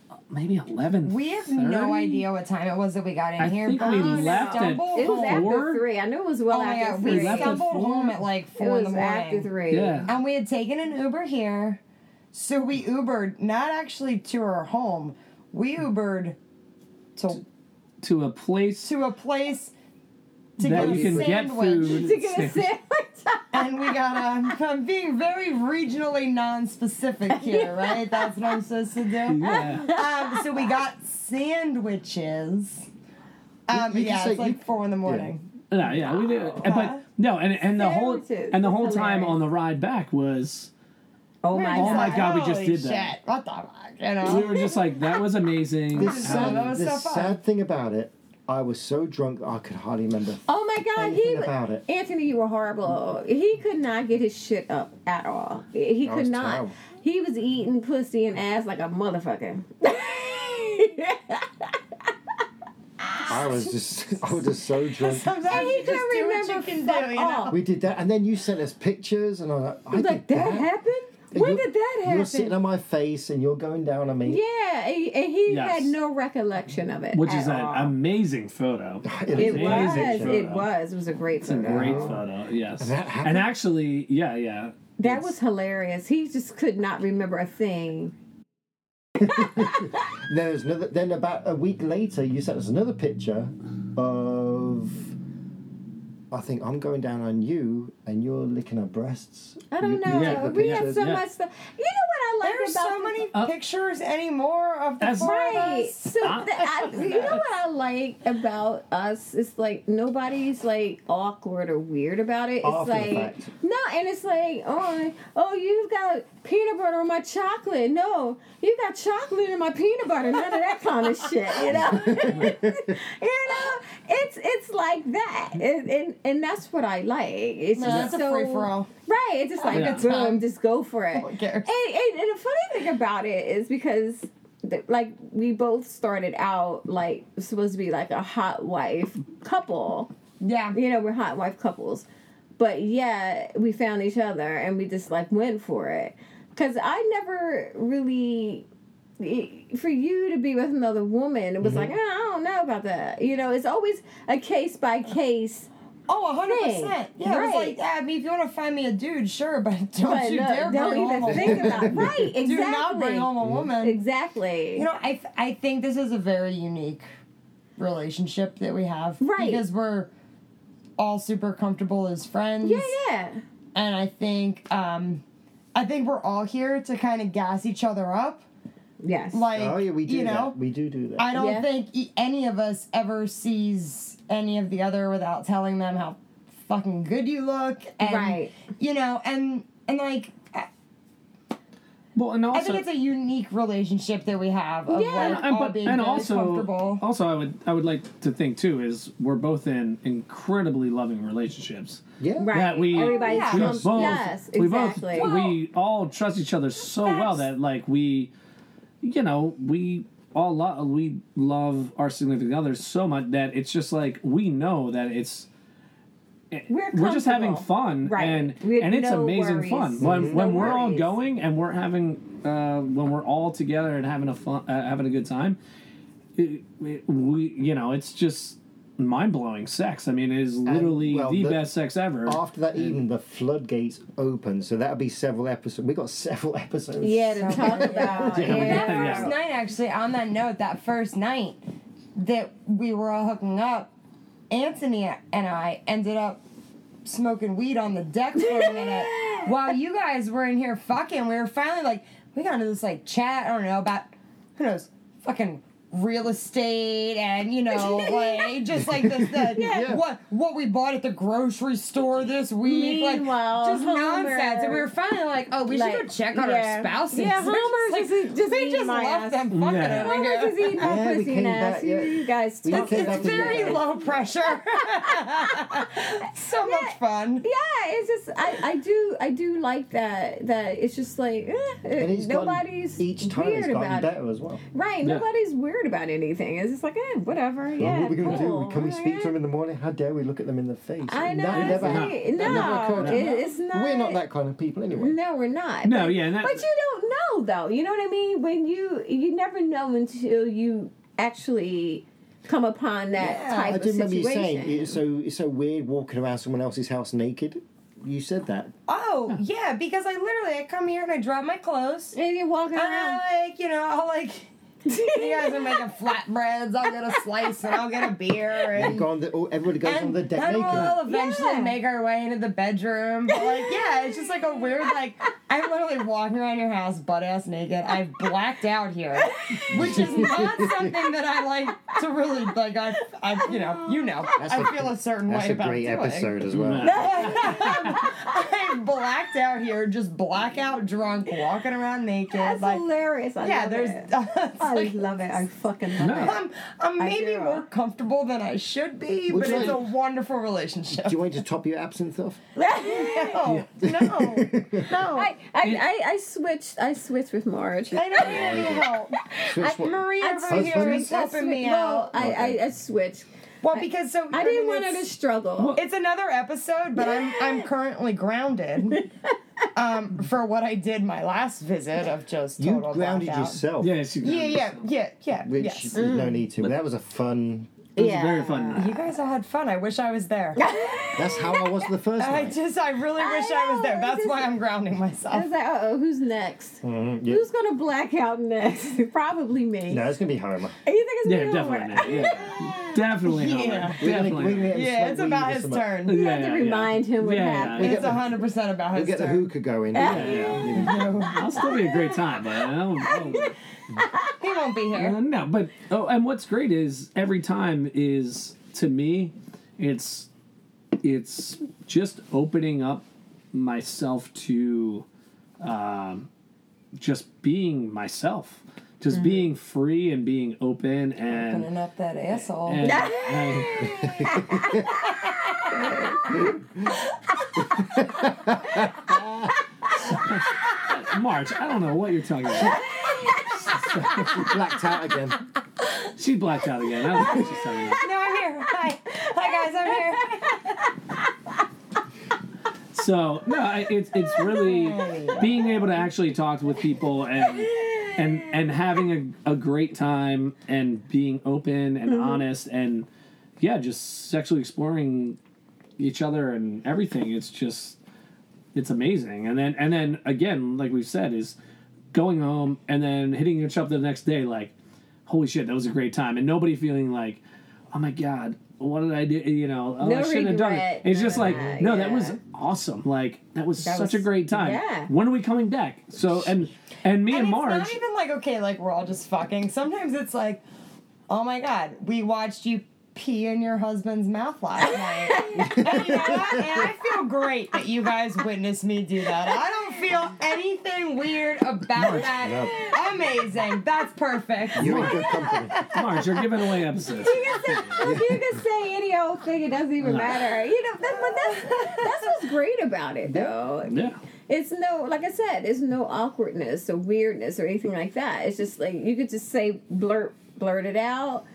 Speaker 6: uh, maybe eleven.
Speaker 5: We have no idea what time it was that we got in
Speaker 6: I
Speaker 5: here.
Speaker 6: think
Speaker 5: but
Speaker 6: we
Speaker 5: we
Speaker 6: left at
Speaker 5: stumbled
Speaker 3: It was
Speaker 5: home.
Speaker 6: Four?
Speaker 3: after three. I knew it was well
Speaker 5: oh my
Speaker 3: after
Speaker 5: god,
Speaker 3: three.
Speaker 5: we
Speaker 6: left at
Speaker 5: stumbled
Speaker 6: four.
Speaker 5: home at like
Speaker 3: it
Speaker 5: four in
Speaker 3: was
Speaker 5: the
Speaker 3: after
Speaker 5: morning.
Speaker 3: three.
Speaker 6: Yeah.
Speaker 5: And we had taken an Uber here, so we Ubered not actually to our home. We Ubered to
Speaker 6: To a place
Speaker 5: to a place to
Speaker 6: that
Speaker 5: get
Speaker 6: you
Speaker 5: a
Speaker 6: can get
Speaker 5: sandwich.
Speaker 6: food.
Speaker 3: To get a sandwich.
Speaker 5: and we got a. I'm being very regionally non-specific here, right? That's what I'm supposed to do.
Speaker 6: Yeah.
Speaker 5: Um, so we got sandwiches. Um,
Speaker 2: you
Speaker 5: yeah,
Speaker 2: just
Speaker 5: it's
Speaker 2: say-
Speaker 5: like
Speaker 2: you-
Speaker 5: four in the morning.
Speaker 6: Yeah, yeah, we did. and-
Speaker 5: Huh?
Speaker 6: But no, and and the whole
Speaker 3: Sandwiches.
Speaker 6: and the whole
Speaker 3: That's
Speaker 6: time
Speaker 3: hilarious.
Speaker 6: on the ride back was
Speaker 3: Oh
Speaker 5: We're
Speaker 3: my
Speaker 5: just
Speaker 6: Oh my
Speaker 5: like,
Speaker 6: God, we just
Speaker 5: "Holy
Speaker 6: did that."
Speaker 5: Shit, what the fuck? You
Speaker 6: we
Speaker 5: know?
Speaker 6: were just like that was amazing. Um,
Speaker 2: The
Speaker 6: How-
Speaker 2: sad,
Speaker 5: that was
Speaker 2: the
Speaker 5: so fun.
Speaker 2: sad thing about it, I was so drunk I could hardly remember.
Speaker 3: Oh my God, he
Speaker 2: Anything about it.
Speaker 3: Anthony, you were horrible. He could not get his shit up at all. He
Speaker 2: I
Speaker 3: could
Speaker 2: was
Speaker 3: not.
Speaker 2: terrible.
Speaker 3: He was eating pussy and ass like a motherfucker.
Speaker 2: I was just, I was just so drunk.
Speaker 5: Sometimes
Speaker 3: he
Speaker 5: you just
Speaker 3: couldn't
Speaker 5: do what
Speaker 3: remember
Speaker 5: you can
Speaker 3: fuck
Speaker 5: do, you know?
Speaker 3: all.
Speaker 2: We did that, and then you sent us pictures, and I was like, I
Speaker 3: Like,
Speaker 2: did
Speaker 3: that happened?
Speaker 2: And
Speaker 3: When
Speaker 2: you're-
Speaker 3: did that
Speaker 2: You're sitting
Speaker 3: happen?
Speaker 2: on my face, and you're going down on me.
Speaker 3: Yeah, and and he
Speaker 6: Yes.
Speaker 3: had no recollection of it.
Speaker 6: which
Speaker 3: at
Speaker 6: is an
Speaker 3: all.
Speaker 6: amazing photo.
Speaker 2: It
Speaker 3: It
Speaker 2: amazing
Speaker 3: was.
Speaker 6: photo.
Speaker 3: It was. It was a great
Speaker 6: It's a
Speaker 3: photo.
Speaker 6: great photo. Yes.
Speaker 2: And that happened?
Speaker 6: and actually, yeah, yeah.
Speaker 3: That was hilarious. He just could not remember a thing.
Speaker 2: There was another. Then about a week later, you sent us another picture of. I think I'm going down on you, and you're licking her breasts.
Speaker 3: I don't know.
Speaker 6: yeah, the
Speaker 3: we have
Speaker 6: pictures,
Speaker 3: so
Speaker 6: yeah.
Speaker 3: much stuff. You know what I like
Speaker 5: There's
Speaker 3: about
Speaker 5: so
Speaker 3: the-
Speaker 5: many
Speaker 6: Uh,
Speaker 5: pictures anymore of the
Speaker 6: That's
Speaker 5: four of
Speaker 3: Right.
Speaker 5: us.
Speaker 3: So the, I, you know what I like about us? It's like nobody's like awkward or weird about it. It's
Speaker 2: After the
Speaker 3: like
Speaker 2: fact.
Speaker 3: no, and it's like oh, oh, you've got peanut butter on my chocolate. No, you got chocolate in my peanut butter. None of that kind of shit. You know, you know, it's it's like that, and and, and that's what I like. It's
Speaker 5: No,
Speaker 3: just
Speaker 5: that's a
Speaker 3: so
Speaker 5: free-for-all.
Speaker 3: Right. It's just like
Speaker 6: Yeah.
Speaker 3: boom, just go for it.
Speaker 5: one cares?
Speaker 3: And, and, and the funny thing about it is because, th- like, we both started out like supposed to be like a hot wife couple.
Speaker 5: Yeah.
Speaker 3: You know, we're hot wife couples, but yeah, we found each other and we just like went for it. Cause I never really. i- For you to be with another woman, it was like, "Ah, I don't know about that. You know, it's always a case by case.
Speaker 5: Oh, hundred
Speaker 3: Thing.
Speaker 5: percent. Yeah, it was
Speaker 3: Right.
Speaker 5: like, I mean, if you want to find me a dude, sure, but don't
Speaker 3: But
Speaker 5: you
Speaker 3: no,
Speaker 5: dare
Speaker 3: don't
Speaker 5: bring
Speaker 3: even
Speaker 5: home a
Speaker 3: think
Speaker 5: woman.
Speaker 3: about right. Exactly.
Speaker 5: Do not bring home a woman.
Speaker 3: Exactly.
Speaker 5: You know, I, th- I think this is a very unique relationship that we have.
Speaker 3: Right.
Speaker 5: Because we're all super comfortable as friends.
Speaker 3: yeah, yeah.
Speaker 5: And I think, um, I think we're all here to kind of gas each other up.
Speaker 3: Yes.
Speaker 5: Like,
Speaker 2: Oh yeah, we do
Speaker 5: you
Speaker 2: that.
Speaker 5: know,
Speaker 2: we do do that.
Speaker 5: I don't
Speaker 3: Yeah.
Speaker 5: think e- any of us ever sees any of the other without telling them how fucking good you look. And,
Speaker 3: Right.
Speaker 5: You know, and, and like, I
Speaker 6: Well, and also
Speaker 5: I think it's a unique relationship that we have of
Speaker 3: Yeah.
Speaker 5: like
Speaker 6: and,
Speaker 5: all
Speaker 6: but,
Speaker 5: being
Speaker 6: and
Speaker 5: very
Speaker 6: also,
Speaker 5: comfortable.
Speaker 6: also I would I would like to think too is we're both in incredibly loving relationships.
Speaker 2: yeah.
Speaker 3: right.
Speaker 6: That we
Speaker 3: Everybody's
Speaker 5: yeah.
Speaker 6: we
Speaker 3: comfortable.
Speaker 6: both
Speaker 3: yes,
Speaker 6: we
Speaker 3: exactly.
Speaker 6: both we all trust each other so well
Speaker 5: Facts.
Speaker 6: that like we, you know, we all love we love our significant others so much that it's just like we know that it's
Speaker 3: We're
Speaker 6: we're just having
Speaker 3: comfortable.
Speaker 6: fun
Speaker 3: Right.
Speaker 6: and
Speaker 3: We had
Speaker 6: and it's
Speaker 3: no
Speaker 6: amazing
Speaker 3: worries.
Speaker 6: fun when
Speaker 3: Mhm.
Speaker 6: when
Speaker 3: No
Speaker 6: we're all
Speaker 3: worries.
Speaker 6: going and we're having uh, when we're all together and having a fun uh, having a good time it, it- we you know it's just mind-blowing sex i mean it is literally
Speaker 2: well,
Speaker 6: the,
Speaker 2: the-
Speaker 6: best sex ever
Speaker 2: After that evening, the floodgates open. So that'll be several episodes. We got several episodes.
Speaker 3: Yeah, to talk about.
Speaker 6: Yeah, we
Speaker 3: yeah.
Speaker 5: that
Speaker 6: Yeah.
Speaker 5: first night, actually, on that note, that first night that we were all hooking up, Anthony and I ended up smoking weed on the deck for a minute while you guys were in here fucking. We were finally like, we got into this like chat, I don't know, about who knows, fucking real estate and you know like just like this the,
Speaker 2: Yeah.
Speaker 5: what what we bought at the grocery store this week
Speaker 3: Meanwhile,
Speaker 5: like just nonsense and we
Speaker 3: Homer-
Speaker 5: were finally like oh we should
Speaker 3: Like,
Speaker 5: go check out
Speaker 3: yeah.
Speaker 5: our spouses
Speaker 3: Yeah,
Speaker 5: We're
Speaker 3: Homer's
Speaker 5: like,
Speaker 3: just- just
Speaker 5: they
Speaker 3: eating
Speaker 5: just
Speaker 3: my
Speaker 5: left
Speaker 3: ass.
Speaker 5: them fucking
Speaker 6: Yeah.
Speaker 5: over
Speaker 3: Homer's
Speaker 5: here.
Speaker 3: just eating my
Speaker 2: Yeah, we
Speaker 3: pussy
Speaker 2: came
Speaker 3: and ass.
Speaker 2: back,
Speaker 3: You,
Speaker 2: yeah.
Speaker 3: you guys
Speaker 2: We
Speaker 3: took
Speaker 2: came
Speaker 3: it.
Speaker 2: back
Speaker 5: It's
Speaker 2: to the-
Speaker 5: very low pressure. so much fun.
Speaker 3: Yeah, it's just I, I do I do like that that it's just like eh,
Speaker 2: And it's gotten-
Speaker 3: nobody's
Speaker 2: each time
Speaker 3: weird
Speaker 2: it's gotten
Speaker 3: about it.
Speaker 2: better as well.
Speaker 3: Right,
Speaker 6: Yeah.
Speaker 3: nobody's weird about anything. It's just like eh, whatever.
Speaker 2: Well,
Speaker 3: Yeah,
Speaker 2: what are we going to
Speaker 3: cool.
Speaker 2: do? Can we
Speaker 3: Oh,
Speaker 2: speak
Speaker 3: yeah.
Speaker 2: to them in the morning? How dare we look at them in the face?
Speaker 3: I know.
Speaker 2: That never
Speaker 3: it's
Speaker 6: happened.
Speaker 3: like,
Speaker 2: That never
Speaker 3: No,
Speaker 2: occurred.
Speaker 3: it, it's not.
Speaker 2: We're not that kind of people anyway.
Speaker 3: No, we're not.
Speaker 6: No,
Speaker 3: But-
Speaker 6: yeah, and that-
Speaker 3: but you don't know though. You know what I mean? When you you never know until you actually come upon that
Speaker 2: Yeah,
Speaker 3: type
Speaker 2: I
Speaker 3: of
Speaker 2: do remember
Speaker 3: situation.
Speaker 2: you saying it's so it's so weird walking around someone else's house naked. You said that.
Speaker 5: Oh, yeah, because I literally I come here and I drop my clothes.
Speaker 3: and you're walking
Speaker 5: And I
Speaker 3: around.
Speaker 5: like, you know, I'll like you guys are making flatbreads, I'll get a slice and I'll get a beer
Speaker 2: And
Speaker 5: and
Speaker 2: go on the, oh, everybody goes on
Speaker 5: and
Speaker 2: the deck
Speaker 5: then
Speaker 2: naked.
Speaker 5: we'll eventually
Speaker 3: Yeah.
Speaker 5: make our way into the bedroom. But like, yeah, it's just like a weird like I'm literally walking around your house butt ass naked. I've blacked out here, which is not something that I like to really like. I, I you know, you know,
Speaker 2: That's
Speaker 5: I
Speaker 2: a-
Speaker 5: feel a certain
Speaker 2: That's
Speaker 5: way
Speaker 2: a
Speaker 5: about
Speaker 2: great
Speaker 5: doing.
Speaker 2: episode as
Speaker 6: uh,
Speaker 2: well.
Speaker 5: I'm blacked out here, just blackout drunk, walking around naked.
Speaker 3: That's
Speaker 5: like,
Speaker 3: hilarious. I
Speaker 5: yeah,
Speaker 3: love
Speaker 5: there's.
Speaker 3: it.
Speaker 5: it's
Speaker 3: I
Speaker 5: like-
Speaker 3: love it. I fucking love
Speaker 6: No.
Speaker 3: it.
Speaker 5: I'm, I'm
Speaker 3: I
Speaker 5: maybe
Speaker 3: do.
Speaker 5: more comfortable than I should be,
Speaker 2: Would
Speaker 5: but
Speaker 2: you
Speaker 5: it's
Speaker 2: like-
Speaker 5: a wonderful relationship.
Speaker 2: Do you want me to top your absinthe off?
Speaker 5: no, no, no.
Speaker 3: I, I, I, I switched I switched with Marge.
Speaker 5: I don't need any help.
Speaker 2: Switch
Speaker 5: I,
Speaker 2: what-
Speaker 5: Maria over
Speaker 2: I
Speaker 5: here is
Speaker 2: switched- I
Speaker 5: helping me
Speaker 3: well,
Speaker 5: out.
Speaker 3: I, I, I switched.
Speaker 5: Well, because so
Speaker 3: I didn't want her
Speaker 5: it's-
Speaker 3: to struggle.
Speaker 5: It's another episode, but I'm I'm currently grounded um, for what I did my last visit of just
Speaker 2: you
Speaker 5: total
Speaker 2: grounded
Speaker 5: blackout.
Speaker 2: yourself.
Speaker 6: yes you
Speaker 5: Yeah, yeah, yeah, yeah.
Speaker 2: Which
Speaker 5: yes. Mm.
Speaker 2: there's no need to. But that was a fun.
Speaker 6: it was very fun
Speaker 5: You guys all had fun. I wish I was there.
Speaker 2: That's how I was the first
Speaker 5: I
Speaker 2: night.
Speaker 5: just, I really wish I, was
Speaker 3: know,
Speaker 5: there.
Speaker 3: it
Speaker 5: That's
Speaker 3: just-
Speaker 5: why I'm grounding
Speaker 3: I
Speaker 5: myself.
Speaker 3: was like, uh oh, who's next?
Speaker 2: Mm, yeah.
Speaker 3: Who's gonna black out next? Probably me.
Speaker 2: No, it's gonna be Homer.
Speaker 3: You think it's me?
Speaker 6: yeah
Speaker 3: or
Speaker 6: definitely
Speaker 3: what?
Speaker 6: yeah. definitely Homer.
Speaker 2: We're
Speaker 5: Yeah.
Speaker 2: gonna- we're gonna
Speaker 6: definitely
Speaker 2: let him
Speaker 5: Yeah,
Speaker 2: smoke
Speaker 5: it's
Speaker 2: weed
Speaker 5: about
Speaker 2: or
Speaker 5: his
Speaker 2: something.
Speaker 6: yeah,
Speaker 3: You
Speaker 6: yeah,
Speaker 3: have to
Speaker 6: yeah.
Speaker 3: remind him what
Speaker 6: Yeah, yeah,
Speaker 3: happened.
Speaker 2: We
Speaker 5: It's
Speaker 2: get the-
Speaker 5: 100% about
Speaker 2: We'll
Speaker 5: his
Speaker 2: get the
Speaker 5: turn.
Speaker 2: hookah going.
Speaker 6: Yeah, yeah. I'll still be a great time, but I don't, I don't-
Speaker 5: He won't be
Speaker 6: Uh,
Speaker 5: here.
Speaker 6: no, but oh, and what's great is every time is to me, it's it's just opening up myself to um, just being myself, just being free and being open
Speaker 5: Mm-hmm.
Speaker 6: and.
Speaker 5: Opening up that asshole.
Speaker 6: and- and- March, I don't know what you're talking about.
Speaker 2: Blacked out again.
Speaker 6: She blacked out again. I don't think she's telling that.
Speaker 5: no, I'm here. Hi. Hi, guys. I'm here.
Speaker 6: So no, I- it's it's really being able to actually talk with people and and and having a, a great time and being open and
Speaker 3: Mm-hmm.
Speaker 6: honest and yeah, just sexually exploring each other and everything. It's just it's amazing. And then and then again, like we said, is going home and then hitting each up the next day like, holy shit, that was a great time, and nobody feeling like, oh my god, what did I do? You know, oh, I
Speaker 3: No
Speaker 6: shouldn't have done it.
Speaker 3: regret,
Speaker 6: It's
Speaker 3: none
Speaker 6: just
Speaker 3: of
Speaker 6: like,
Speaker 3: that,
Speaker 6: no, that was
Speaker 3: yeah.
Speaker 6: awesome. Like that was
Speaker 5: That
Speaker 6: such
Speaker 5: was-
Speaker 6: a great time.
Speaker 3: yeah.
Speaker 6: When are we coming back? So and and me and,
Speaker 5: And
Speaker 6: Marge.
Speaker 5: It's not even like okay, like we're all just fucking. Sometimes it's like, oh my god, we watched you pee in your husband's mouth last night, and, you know what? And I feel great that you guys witnessed me do that. I don't feel anything weird about that.
Speaker 2: no.
Speaker 5: Amazing. That's perfect.
Speaker 2: You're in good company.
Speaker 6: Marge, you're giving away episodes.
Speaker 3: You can say- look, you can say any old thing; it doesn't even matter. You know, that, but that's that's what's great about it, though.
Speaker 6: yeah.
Speaker 3: It's no, like I said, it's no awkwardness or weirdness or anything like that. It's just like you could just say blurt blurt it out,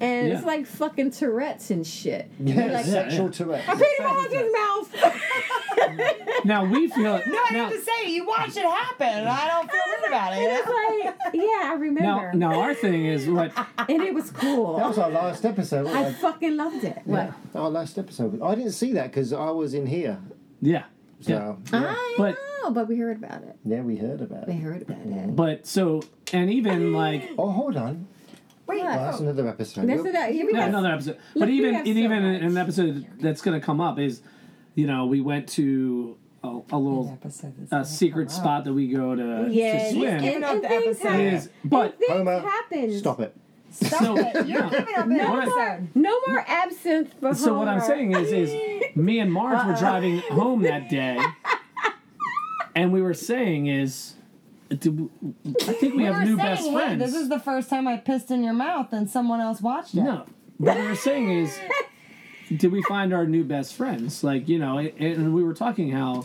Speaker 3: and it's
Speaker 6: Yeah.
Speaker 3: like fucking Tourette's and shit.
Speaker 2: Yeah,
Speaker 3: Like-
Speaker 2: sexual
Speaker 3: I
Speaker 6: Yeah,
Speaker 2: Tourette's.
Speaker 3: peed in my husband's mouth.
Speaker 6: Now we feel
Speaker 5: No, I
Speaker 6: now,
Speaker 5: have to say, you watched it happen, and I don't feel good about
Speaker 3: and it's
Speaker 5: it.
Speaker 3: like, yeah, I
Speaker 6: now
Speaker 3: remember.
Speaker 6: now our thing is what
Speaker 3: And it was cool.
Speaker 2: That was our last episode. wasn't
Speaker 3: I
Speaker 2: it?
Speaker 3: fucking loved it. What?
Speaker 2: Our last episode. I didn't see that because I was in here.
Speaker 6: yeah yeah
Speaker 2: So
Speaker 3: I
Speaker 6: But-
Speaker 3: know, but we heard about it.
Speaker 2: yeah, we heard about
Speaker 3: We
Speaker 2: it.
Speaker 3: heard about it.
Speaker 6: but so and even like
Speaker 2: Oh, hold on.
Speaker 5: Wait,
Speaker 2: Oh, that's another episode.
Speaker 3: That's
Speaker 2: We'll-
Speaker 3: what I- here we
Speaker 6: No,
Speaker 3: go.
Speaker 6: another episode.
Speaker 3: Look,
Speaker 6: But
Speaker 3: we
Speaker 6: even
Speaker 3: have
Speaker 6: and
Speaker 3: so
Speaker 6: even
Speaker 3: much.
Speaker 6: an episode that's going to come up is, you know, we went to a, a little a secret spot that we go to
Speaker 3: Yeah,
Speaker 6: to
Speaker 3: he's
Speaker 6: swim.
Speaker 3: giving
Speaker 5: up
Speaker 3: and
Speaker 5: the
Speaker 3: things
Speaker 5: episode.
Speaker 3: happen.
Speaker 5: It
Speaker 6: is- but-
Speaker 3: And things
Speaker 2: Homer,
Speaker 3: happen.
Speaker 2: Stop it.
Speaker 5: Stop
Speaker 6: So-
Speaker 5: it. You're
Speaker 6: no.
Speaker 5: giving up an
Speaker 6: No more.
Speaker 5: episode.
Speaker 3: No more absinthe for
Speaker 6: So what I'm
Speaker 3: Homer.
Speaker 6: saying is, is me and Marge were driving home that day, and we were saying is, do, I think we,
Speaker 5: We
Speaker 6: have
Speaker 5: were
Speaker 6: new
Speaker 5: saying,
Speaker 6: best
Speaker 5: hey,
Speaker 6: friends.
Speaker 5: this is the first time I pissed in your mouth, and someone else watched it.
Speaker 6: No, what we were saying is, did we find our new best friends? Like you know, and- and we were talking how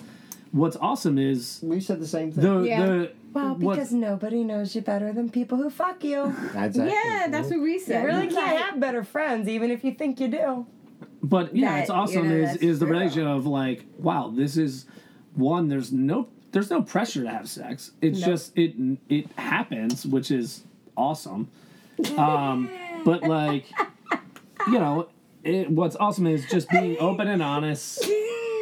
Speaker 6: what's awesome is
Speaker 2: We said the same thing.
Speaker 6: the
Speaker 3: Yeah.
Speaker 6: the
Speaker 5: Well,
Speaker 6: what-
Speaker 5: Oh, because nobody knows you better than people who fuck you.
Speaker 2: Exactly.
Speaker 3: Yeah, that's what we said.
Speaker 5: You really
Speaker 3: Like,
Speaker 5: can't have better friends, even if you think you do.
Speaker 6: But yeah,
Speaker 3: That,
Speaker 6: it's
Speaker 3: you
Speaker 6: awesome
Speaker 3: know,
Speaker 6: is
Speaker 3: that's
Speaker 6: is the
Speaker 3: true.
Speaker 6: relationship of like, wow, this is one. There's no there's no pressure to have sex. It's just it it happens, which is awesome. Um, but like, you know, it, what's awesome is just being open and honest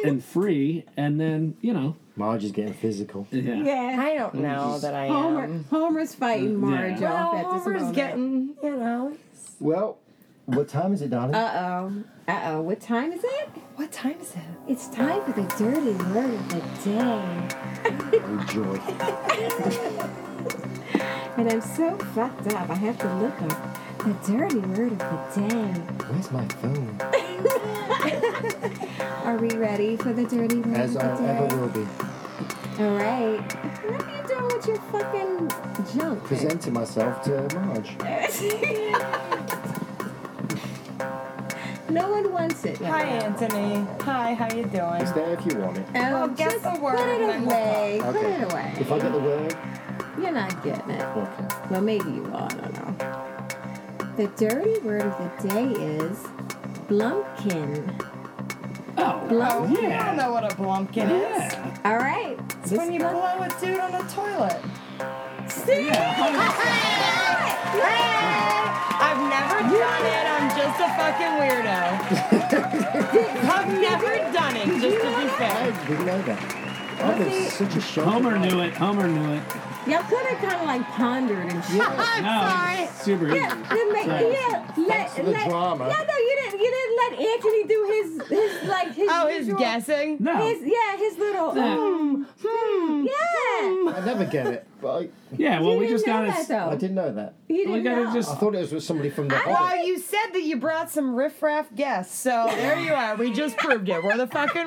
Speaker 6: and free, and then you know,
Speaker 2: Marge is getting physical.
Speaker 6: yeah,
Speaker 3: Yeah.
Speaker 5: I don't know that I am.
Speaker 3: Homer, Homer's fighting Marge
Speaker 6: Yeah.
Speaker 5: Well,
Speaker 3: off at this
Speaker 5: Homer's
Speaker 3: moment.
Speaker 5: getting, you know.
Speaker 2: Well, what time is it, darling?
Speaker 3: Uh oh. Uh oh. What time is it?
Speaker 5: What time is it?
Speaker 3: It's time for the dirty word of the day.
Speaker 2: oh, joy.
Speaker 3: And I'm so fucked up. I have to look up the dirty word of the day.
Speaker 2: Where's my phone?
Speaker 3: Are we ready for the dirty word
Speaker 2: As
Speaker 3: of
Speaker 2: I
Speaker 3: the day?
Speaker 2: ever will be.
Speaker 3: All right. What are you doing with your fucking junk?
Speaker 2: Presenting myself to Marge.
Speaker 3: no one wants it.
Speaker 5: Hi, Anthony. Hi, how you doing?
Speaker 2: It's there if you want it.
Speaker 3: Oh,
Speaker 5: Well, guess
Speaker 3: just
Speaker 5: the word
Speaker 3: Put
Speaker 5: and
Speaker 3: it
Speaker 5: then we'll
Speaker 3: away.
Speaker 2: talk.
Speaker 3: Put
Speaker 2: Okay.
Speaker 3: it away.
Speaker 2: If I get the word,
Speaker 3: You're not getting it.
Speaker 2: okay.
Speaker 3: Well, maybe you are. I don't know. The dirty word of the day is blumpkin.
Speaker 6: oh,
Speaker 3: Blow.
Speaker 5: You don't know what a blumpkin is.
Speaker 6: yeah,
Speaker 3: All right.
Speaker 5: It's when you blow a dude on a toilet.
Speaker 3: See?
Speaker 5: I've never done it. I'm just a fucking weirdo. I've never done it, just to be
Speaker 2: I
Speaker 5: fair.
Speaker 2: didn't know that. I was such a shock.
Speaker 6: Homer knew it. Homer knew it.
Speaker 3: Y'all could have kind of like pondered and shit.
Speaker 5: I'm
Speaker 6: No,
Speaker 5: sorry.
Speaker 6: super easy.
Speaker 3: Yeah, then make,
Speaker 6: Sorry.
Speaker 3: yeah, let,
Speaker 2: for the
Speaker 3: let,
Speaker 2: drama.
Speaker 3: Yeah, no, you didn't. You didn't let Anthony do his, his like his.
Speaker 5: Oh, his
Speaker 3: usual-
Speaker 5: guessing?
Speaker 6: No,
Speaker 3: His yeah, his little. um,
Speaker 6: Yeah.
Speaker 5: Hmm. Hmm.
Speaker 3: Yeah,
Speaker 2: I never get it. But
Speaker 6: yeah. Well,
Speaker 3: you
Speaker 6: we
Speaker 3: didn't
Speaker 6: just
Speaker 3: know
Speaker 6: got
Speaker 3: that
Speaker 6: to.
Speaker 2: I, I
Speaker 3: though.
Speaker 2: didn't know that.
Speaker 3: You
Speaker 6: We
Speaker 3: didn't
Speaker 6: gotta
Speaker 3: know.
Speaker 2: I
Speaker 6: just oh,
Speaker 2: thought it was with somebody from the
Speaker 5: Well,
Speaker 2: Hobbit.
Speaker 5: you said that you brought some riffraff guests, so there you are. We just proved it. We're the fucking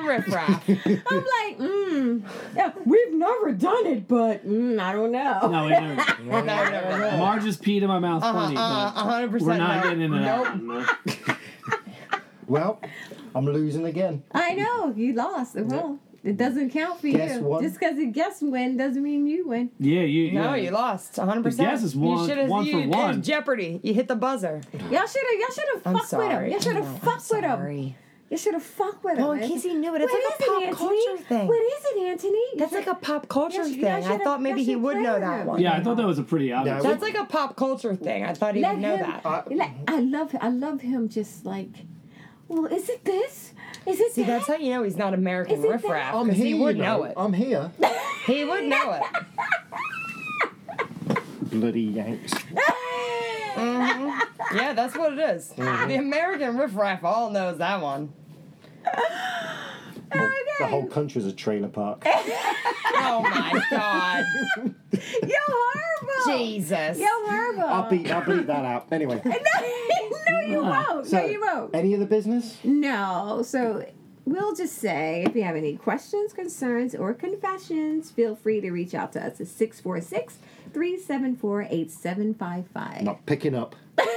Speaker 5: riffraff.
Speaker 3: I'm like, mm, yeah, we've never done it, but mm, I don't know.
Speaker 6: No, we
Speaker 5: No,
Speaker 6: never.
Speaker 5: no, no,
Speaker 3: Oh.
Speaker 5: no.
Speaker 6: Marge just peed in my mouth
Speaker 3: Uh-huh,
Speaker 5: Uh,
Speaker 6: funny,
Speaker 5: uh,
Speaker 6: but
Speaker 5: 100%.
Speaker 6: we're not
Speaker 5: no.
Speaker 6: getting into
Speaker 5: nope.
Speaker 6: that. one, no.
Speaker 2: Well, I'm losing again.
Speaker 3: I know you lost. Well, it doesn't count for
Speaker 2: Guess
Speaker 3: you.
Speaker 2: what?
Speaker 3: Just because it guess win doesn't mean you win.
Speaker 6: Yeah, you.
Speaker 5: No,
Speaker 6: yeah.
Speaker 5: you lost 100%.
Speaker 6: uh, The guess is one-
Speaker 5: you should've-
Speaker 6: one for
Speaker 5: you,
Speaker 6: one.
Speaker 5: Jeopardy. You hit the buzzer.
Speaker 3: Y'all should have. Y'all should have
Speaker 5: I'm
Speaker 3: fucked with him.
Speaker 5: sorry.
Speaker 3: Y'all should have fucked with him. You should have fucked with him.
Speaker 5: No, in case he knew it. It's
Speaker 3: What
Speaker 5: like a
Speaker 3: is it,
Speaker 5: pop
Speaker 3: Anthony?
Speaker 5: culture thing.
Speaker 3: What is it, Anthony?
Speaker 5: That's like a pop culture
Speaker 3: Yes, you
Speaker 5: thing.
Speaker 3: guys
Speaker 5: I
Speaker 3: should-
Speaker 5: thought maybe
Speaker 3: yes,
Speaker 5: he
Speaker 3: you
Speaker 5: would know
Speaker 3: played
Speaker 5: that
Speaker 3: it.
Speaker 5: one.
Speaker 6: Yeah, I thought that was a pretty obvious.
Speaker 2: Yeah,
Speaker 5: That's like a pop culture thing. I thought he
Speaker 3: Let
Speaker 5: would know
Speaker 3: him-
Speaker 5: that.
Speaker 2: I,
Speaker 3: Like, I love. I love him. Just like, well, is it this? Is it
Speaker 5: See,
Speaker 3: that?
Speaker 5: that's how you know he's not American
Speaker 3: Is it that-
Speaker 5: riffraff
Speaker 2: I'm
Speaker 5: because
Speaker 2: here.
Speaker 5: he would
Speaker 2: you
Speaker 5: know it.
Speaker 2: I'm here.
Speaker 5: He would know it.
Speaker 2: Bloody Yanks.
Speaker 5: Mm-hmm. Yeah, that's what it is.
Speaker 2: Mm-hmm.
Speaker 5: The American riffraff all knows that one.
Speaker 2: The whole country's a trailer park.
Speaker 5: Oh my god,
Speaker 3: You're horrible.
Speaker 5: Jesus!
Speaker 3: You're horrible.
Speaker 2: I'll beat, I'll beat that out. Anyway.
Speaker 3: no, you
Speaker 5: Mm-hmm.
Speaker 3: won't.
Speaker 2: So,
Speaker 3: no, you won't.
Speaker 2: any other business?
Speaker 3: No. So we'll just say if you have any questions, concerns, or confessions, feel free to reach out to us at 646 374 8755.
Speaker 2: Not picking up.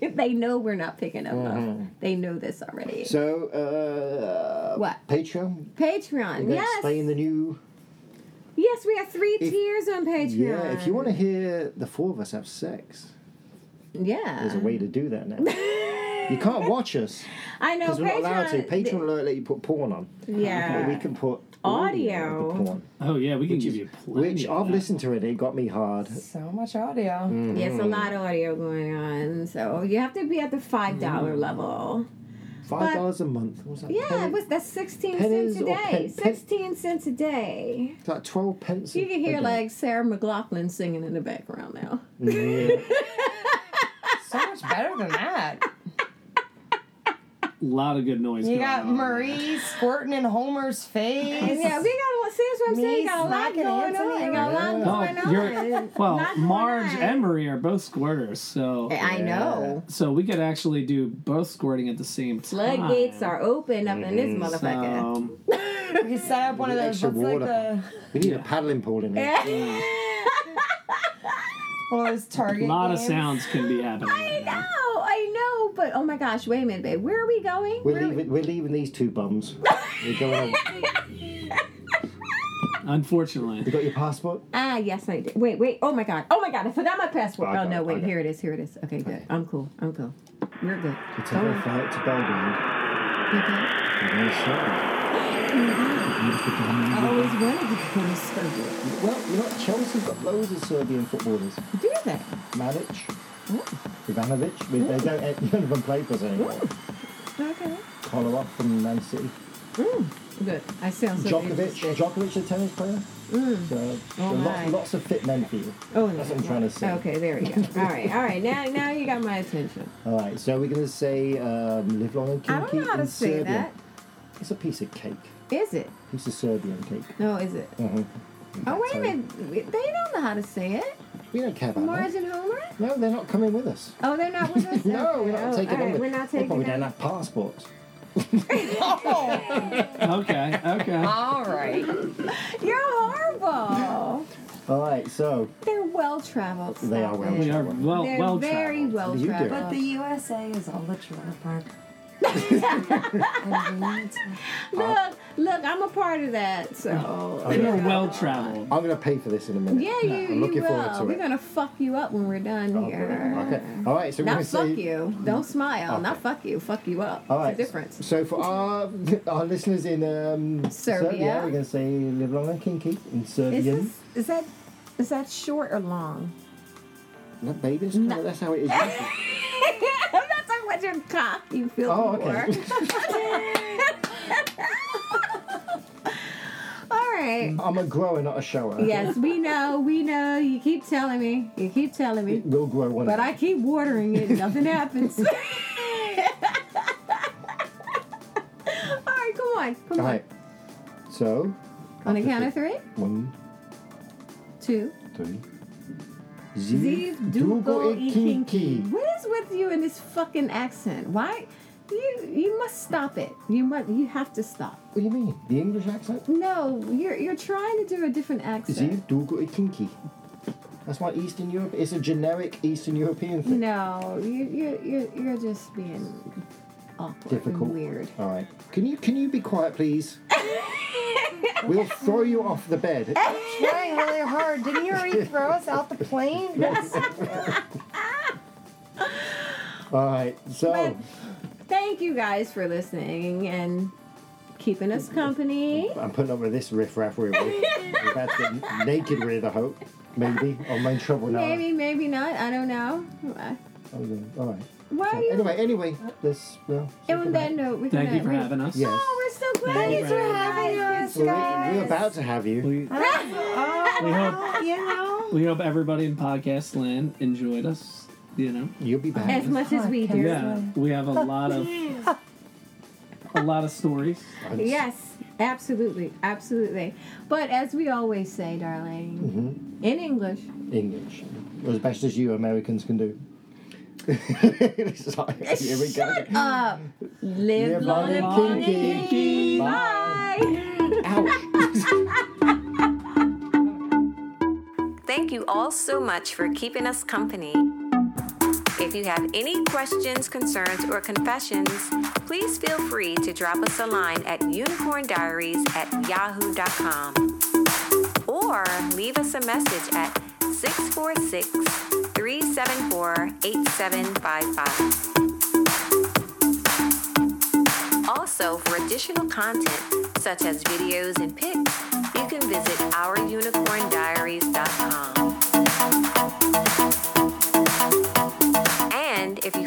Speaker 3: They know we're not picking them up. They know this already.
Speaker 2: Mm-hmm. So, uh.
Speaker 3: What?
Speaker 2: Patreon?
Speaker 3: Patreon.
Speaker 2: We're gonna
Speaker 3: Yes.
Speaker 2: Explain the new.
Speaker 3: Yes, we have three
Speaker 2: If-
Speaker 3: tiers on Patreon.
Speaker 2: Yeah, if you want to hear the four of us have sex,
Speaker 3: Yeah.
Speaker 2: There's a way to do that now. you can't watch us
Speaker 3: I know
Speaker 2: because we're not allowed to.
Speaker 3: Patreon.
Speaker 2: Patreon will not let you put porn on,
Speaker 3: yeah.
Speaker 2: but we can put audio, of
Speaker 3: Audio.
Speaker 2: the porn,
Speaker 6: Oh yeah, we can
Speaker 2: which,
Speaker 6: give
Speaker 2: is,
Speaker 6: you plenty.
Speaker 2: which
Speaker 6: of
Speaker 2: I've
Speaker 6: that.
Speaker 2: listened to it. It got me hard.
Speaker 5: So much audio.
Speaker 2: Mm.
Speaker 3: Yes, a lot of audio going on. So you have to be at the
Speaker 2: Mm.
Speaker 3: five dollar level.
Speaker 2: Five dollars a month. Was that
Speaker 3: Yeah,
Speaker 2: penny?
Speaker 3: it was that's sixteen
Speaker 2: pennies
Speaker 3: cents a
Speaker 2: or
Speaker 3: day.
Speaker 2: pen- pen-
Speaker 3: sixteen cents a day.
Speaker 2: It's like twelve pence.
Speaker 3: You can hear
Speaker 2: a day.
Speaker 3: like Sarah McLaughlin singing in the background now.
Speaker 5: So much better than that.
Speaker 6: A lot of good noise.
Speaker 5: You
Speaker 6: going
Speaker 5: got
Speaker 6: on.
Speaker 5: Marie squirting in Homer's face.
Speaker 3: yeah, we got see that's what I'm
Speaker 5: Me
Speaker 3: saying. You got a lot
Speaker 5: smacking
Speaker 3: going on.
Speaker 5: Anthony
Speaker 3: You got a lot
Speaker 2: around.
Speaker 3: going
Speaker 6: Oh, you're,
Speaker 3: on.
Speaker 6: well,
Speaker 3: Not going
Speaker 6: Marge
Speaker 3: on.
Speaker 6: and Marie are both squirters, so
Speaker 3: I know.
Speaker 6: so we could actually do both squirting at the same time.
Speaker 3: Floodgates are open up in this motherfucker.
Speaker 6: Um,
Speaker 5: We could set up one of
Speaker 2: With
Speaker 5: those.
Speaker 2: extra
Speaker 5: What's like the
Speaker 2: water. We need a paddling pool in here.
Speaker 5: one of those
Speaker 6: a
Speaker 5: Target.
Speaker 6: lot of
Speaker 5: games.
Speaker 6: sounds can be happening.
Speaker 3: I
Speaker 6: right now.
Speaker 3: know, I know, but oh my gosh, wait a minute, babe. Where are we going?
Speaker 2: We're
Speaker 3: Where are we-
Speaker 2: leaving. We're leaving these two bums. we're going. You
Speaker 6: Unfortunately,
Speaker 2: got your passport?
Speaker 3: Ah, yes, I did. Wait, wait. Oh my god. Oh my god. I forgot my password.
Speaker 2: I
Speaker 3: Oh
Speaker 2: got
Speaker 3: no,
Speaker 2: it, I
Speaker 3: wait.
Speaker 2: got
Speaker 3: Here it is. Here it is. Okay, good. I'm cool. I'm cool. We're good.
Speaker 2: To take
Speaker 3: Go
Speaker 2: our
Speaker 3: on.
Speaker 2: flight to Belgrade.
Speaker 3: We're good.
Speaker 2: We're going slow.
Speaker 3: I always wanted to go to Serbia.
Speaker 2: Well, you know what? Chelsea's got loads of Serbian footballers.
Speaker 3: Do that.
Speaker 2: Madic, Ivanovic. We- They don't. None of them play for us anymore.
Speaker 3: Okay.
Speaker 2: Kolarov from Man City.
Speaker 3: Good. I sound so
Speaker 2: Djokovic.
Speaker 3: interested.
Speaker 2: Djokovic, the tennis player. So, there are
Speaker 3: Mm. Oh, my.
Speaker 2: lots, lots of fit men for you.
Speaker 3: Oh, no.
Speaker 2: That's what I'm trying to say.
Speaker 3: Okay, there we go. All right, all right. Now, now you got my attention.
Speaker 2: All right. So we're going to say um, live long and kinky
Speaker 3: I don't know how
Speaker 2: in
Speaker 3: to say
Speaker 2: Serbian.
Speaker 3: that.
Speaker 2: It's a piece of cake.
Speaker 3: Is it?
Speaker 2: Piece of Serbian cake.
Speaker 3: No, is it?
Speaker 2: Mhm.
Speaker 3: Oh wait a
Speaker 2: Sorry.
Speaker 3: minute. They don't know how to say it.
Speaker 2: We don't care about
Speaker 3: Mars
Speaker 2: that.
Speaker 3: and Homer.
Speaker 2: No, they're not coming with us.
Speaker 3: Oh, they're not with us.
Speaker 2: No, we're
Speaker 3: Okay.
Speaker 2: not
Speaker 3: Oh,
Speaker 2: taking
Speaker 3: all right,
Speaker 2: them.
Speaker 3: We're not
Speaker 2: They
Speaker 3: taking
Speaker 2: probably don't
Speaker 3: them.
Speaker 2: have passports.
Speaker 6: okay, okay.
Speaker 5: All right.
Speaker 3: You're horrible.
Speaker 2: All right, so
Speaker 3: They're well traveled.
Speaker 2: They are well-traveled.
Speaker 6: We are well
Speaker 3: They're
Speaker 6: well
Speaker 3: very
Speaker 6: traveled.
Speaker 3: well
Speaker 2: You do.
Speaker 3: traveled.
Speaker 4: But the USA is all the trailer park.
Speaker 2: Oh.
Speaker 3: look, look, I'm a part of that, so.
Speaker 6: We are well traveled.
Speaker 2: I'm going to pay for this in a minute.
Speaker 3: Yeah,
Speaker 2: I'm
Speaker 3: you,
Speaker 2: looking
Speaker 3: you
Speaker 2: forward
Speaker 3: will.
Speaker 2: to
Speaker 3: We're
Speaker 2: it.
Speaker 3: gonna fuck you up when we're done
Speaker 2: Oh,
Speaker 3: here.
Speaker 2: brilliant. Okay. All right, so we're
Speaker 3: Not
Speaker 2: going to
Speaker 3: fuck
Speaker 2: say.
Speaker 3: you. Don't smile.
Speaker 2: Mm-hmm. Okay.
Speaker 3: Not fuck you. Fuck you up.
Speaker 2: All right.
Speaker 3: It's a difference.
Speaker 2: So for our our listeners in um,
Speaker 3: Serbia.
Speaker 2: we're going to say live long and kinky in
Speaker 3: Is,
Speaker 2: Serbian.
Speaker 3: this, is that is that short or long?
Speaker 2: No, baby, it's kinda- that's how it is.
Speaker 3: I'm not talking about your cock. You feel
Speaker 2: oh,
Speaker 3: more.
Speaker 2: okay.
Speaker 3: All right.
Speaker 2: I'm a grower, not a shower.
Speaker 3: Yes, we know. We know. You keep telling me. You keep telling me.
Speaker 2: You'll grow one
Speaker 3: But
Speaker 2: day.
Speaker 3: I keep watering it, nothing happens. All right, come on, come
Speaker 2: All right. So,
Speaker 3: on. On a count of three,
Speaker 2: one,
Speaker 3: two,
Speaker 2: three.
Speaker 3: Ziv, Dugo, e Kinki. What is with you in this fucking accent? Why? You you must stop it. You must. You have to stop.
Speaker 2: What do you mean? The English accent?
Speaker 3: No, you're you're trying to do a different accent.
Speaker 2: Ziv, Dugo, e Kinki. That's why Eastern Europe It's a generic Eastern European thing.
Speaker 3: No, you you you're, you're just being awkward
Speaker 2: Difficult.
Speaker 3: and weird.
Speaker 2: All right. Can you can you be quiet, please? we'll throw you off the bed.
Speaker 5: Trying really hard. Didn't you already throw us out the plane?
Speaker 2: All right. So,
Speaker 3: Thank you guys for listening and keeping us company.
Speaker 2: I'm putting up with this riffraff we're with. We're about to get naked with, I hope. Maybe. I'm in trouble now.
Speaker 3: Maybe, maybe not. I don't know. Uh,
Speaker 2: Oh, yeah. All right.
Speaker 3: Why
Speaker 2: So,
Speaker 3: are you?
Speaker 2: anyway, anyway, this well.
Speaker 3: and on that note, we
Speaker 6: Thank
Speaker 3: can
Speaker 6: you for having us.
Speaker 2: Yes.
Speaker 3: Oh, we're so glad
Speaker 6: Thank you
Speaker 3: you
Speaker 6: for
Speaker 3: having us.
Speaker 2: Well, we, we're about to have you.
Speaker 6: We,
Speaker 5: Oh,
Speaker 6: we hope
Speaker 4: You know?
Speaker 6: we hope everybody in podcast land enjoyed us. You know,
Speaker 2: You'll be back.
Speaker 3: As much as we do.
Speaker 6: yeah, we have a lot of a lot of stories.
Speaker 3: Yes, absolutely, absolutely. But as we always say, darling,
Speaker 2: Mm-hmm.
Speaker 3: in English,
Speaker 2: English, as best as you Americans can do. It's like, here we go.
Speaker 3: shut up. Live,
Speaker 2: Live
Speaker 3: long and
Speaker 2: long and
Speaker 3: kinky.
Speaker 6: kinky.
Speaker 3: Bye.
Speaker 2: Ouch.
Speaker 1: Thank you all so much for keeping us company. If you have any questions, concerns, or confessions, please feel free to drop us a line at unicorndiaries at yahoo.com or leave us a message at 646 370 274 8755. Also, for additional content, such as videos and pics, you can visit ourunicorndiaries.com. And if you